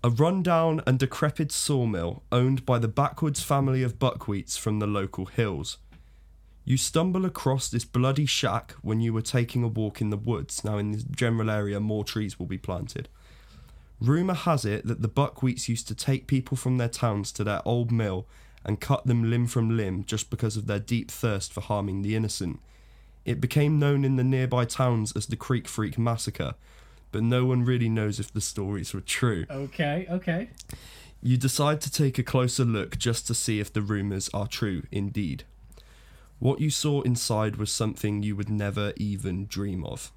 A rundown and decrepit sawmill owned by the backwoods family of buckwheats from the local hills. You stumble across this bloody shack when you were taking a walk in the woods. Now, in this general area, more trees will be planted. Rumour has it that the buckwheats used to take people from their towns to their old mill and cut them limb from limb just because of their deep thirst for harming the innocent. It became known in the nearby towns as the Creek Freak Massacre, but no one really knows if the stories were true.
Okay, okay.
You decide to take a closer look just to see if the rumours are true indeed. What you saw inside was something you would never even dream of.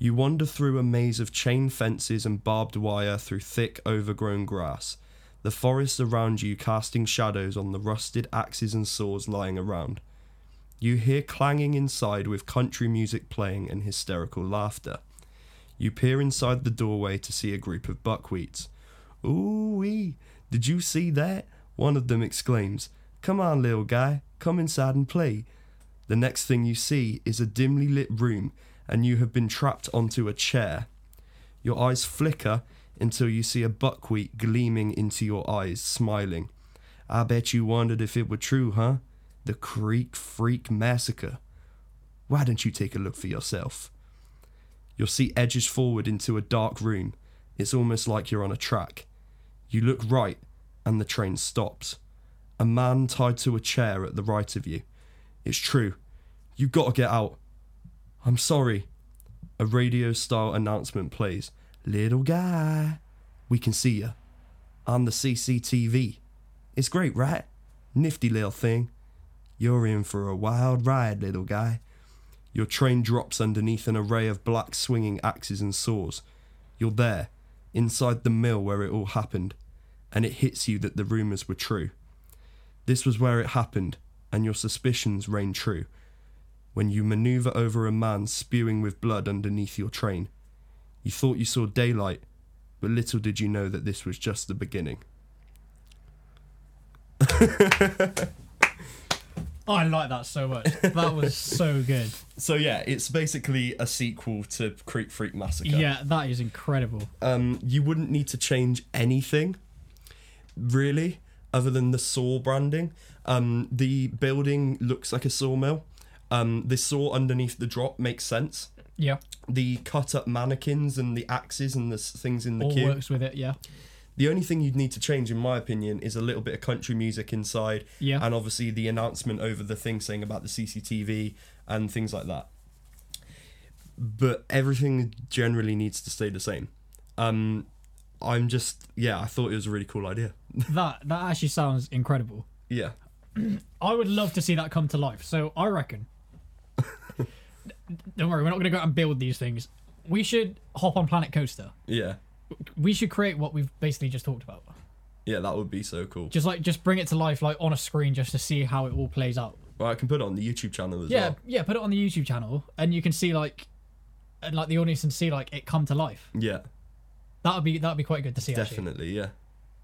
You wander through a maze of chain fences and barbed wire through thick, overgrown grass, the forest around you casting shadows on the rusted axes and saws lying around. You hear clanging inside with country music playing and hysterical laughter. You peer inside the doorway to see a group of buckwheats. Ooh wee, did you see that? One of them exclaims, Come on, little guy, come inside and play. The next thing you see is a dimly lit room, and you have been trapped onto a chair. Your eyes flicker until you see a buckwheat gleaming into your eyes, smiling. I bet you wondered if it were true, huh? The Creek Freak Massacre. Why don't you take a look for yourself? Your seat edges forward into a dark room. It's almost like you're on a track. You look right, and the train stops. A man tied to a chair at the right of you. It's true. You've got to get out. I'm sorry. A radio style announcement plays. Little guy, we can see you. On the CCTV. It's great, right? Nifty little thing. You're in for a wild ride, little guy. Your train drops underneath an array of black swinging axes and saws. You're there, inside the mill where it all happened, and it hits you that the rumours were true. This was where it happened, and your suspicions reign true. When you manoeuvre over a man spewing with blood underneath your train, you thought you saw daylight, but little did you know that this was just the beginning.
I like that so much. That was so good.
So yeah, it's basically a sequel to Creek Freak Massacre.
Yeah, that is incredible.
um, you wouldn't need to change anything really other than the saw branding um, the building looks like a sawmill um, the saw underneath the drop makes sense
Yeah,
the cut up mannequins and the axes and the s- things in the
all
queue
works with it. Yeah,
the only thing you'd need to change in my opinion is a little bit of country music inside
Yeah.
and obviously the announcement over the thing saying about the cctv and things like that but everything generally needs to stay the same um i'm just yeah i thought it was a really cool idea
that that actually sounds incredible.
yeah
I would love to see that come to life. So I reckon. Don't worry, we're not going to go out and build these things. We should hop on Planet Coaster.
yeah
We should create what we've basically just talked about.
yeah that would be so cool
Just like just bring it to life, like on a screen, just to see how it all plays out.
Well, I can put it on the YouTube channel as
yeah,
well.
yeah. Put it on the YouTube channel, and you can see like, and like the audience can see like it come to life.
Yeah,
That would be that would be quite good to see. Actually,
definitely. Yeah.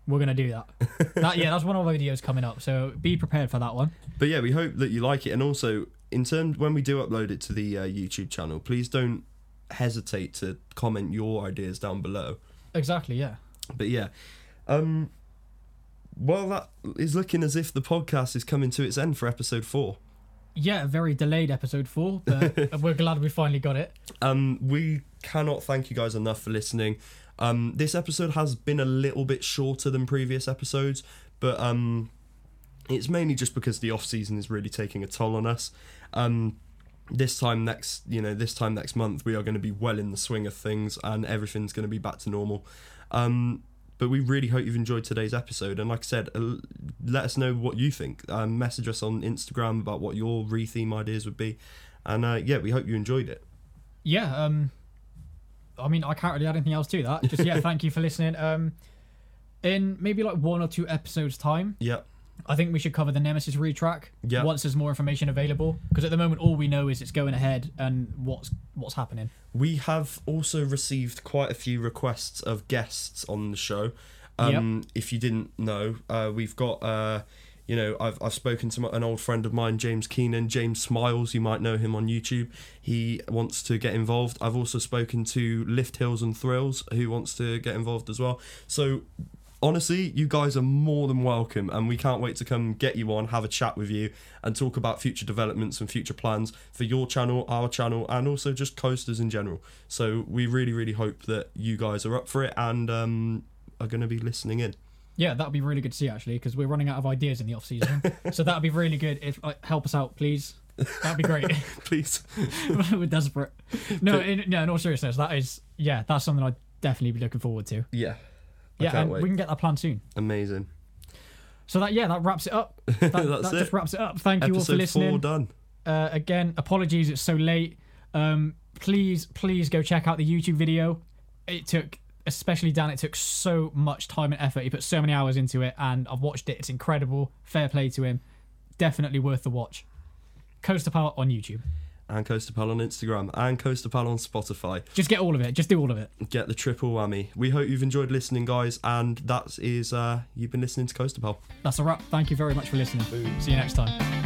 we're gonna do that. that yeah, that's one of our videos coming up. So be prepared for that one.
But yeah, we hope that you like it, and also in terms when we do upload it to the uh, YouTube channel, please don't hesitate to comment your ideas down below.
Exactly. Yeah.
But yeah, um, well, that is looking as if the podcast is coming to its end for episode four.
Yeah, a very delayed episode four, but we're glad we finally got it.
Um, we cannot thank you guys enough for listening. Um, this episode has been a little bit shorter than previous episodes, but um, it's mainly just because the off season is really taking a toll on us. Um, this time next, you know, this time next month, we are going to be well in the swing of things, and everything's going to be back to normal. Um, but we really hope you've enjoyed today's episode, and like I said, uh, let us know what you think. Um, message us on Instagram about what your retheme ideas would be, and uh, yeah, we hope you enjoyed it.
Yeah. Um, I mean, I can't really add anything else to that. Just yeah, thank you for listening. Um, in maybe like one or two episodes time,
Yep.
I think we should cover the Nemesis retrack
Yeah.
once there's more information available. Because at the moment, all we know is it's going ahead and what's what's happening.
We have also received quite a few requests of guests on the show. Um, If you didn't know, uh, we've got, uh, you know, I've, I've spoken to my, an old friend of mine, James Keenan, James Smiles, you might know him on YouTube. He wants to get involved. I've also spoken to Lift Hills and Thrills, who wants to get involved as well. So, honestly, you guys are more than welcome, and we can't wait to come get you on, have a chat with you, and talk about future developments and future plans for your channel, our channel, and also just coasters in general. So we really, really hope that you guys are up for it and um, are going to be listening in.
Yeah, that'd be really good to see actually, because we're running out of ideas in the off season. so that'd be really good if like, help us out, please. That'd be great.
Please,
We're desperate. No, in, no, in all seriousness, that is yeah, that's something I'd definitely be looking forward to.
yeah, I
Yeah,
can't
and
wait.
we can get that plan soon.
Amazing.
So that yeah, that wraps it up. That,
That's
that
it.
just wraps it up. Thank you all for
Episode four
listening.
done.
Uh, again, apologies it's so late. Um, please, please go check out the YouTube video. It took, especially Dan, it took so much time and effort. He put so many hours into it, and I've watched it. It's incredible. Fair play to him. Definitely worth the watch. Coaster Power on YouTube.
And Coaster Pal on Instagram and Coaster Pal on Spotify.
Just get all of it. Just do all of it.
Get the triple whammy. We hope you've enjoyed listening, guys. And that is, uh, you've been listening to Coaster Pal.
That's a wrap. Thank you very much for listening. See you next time.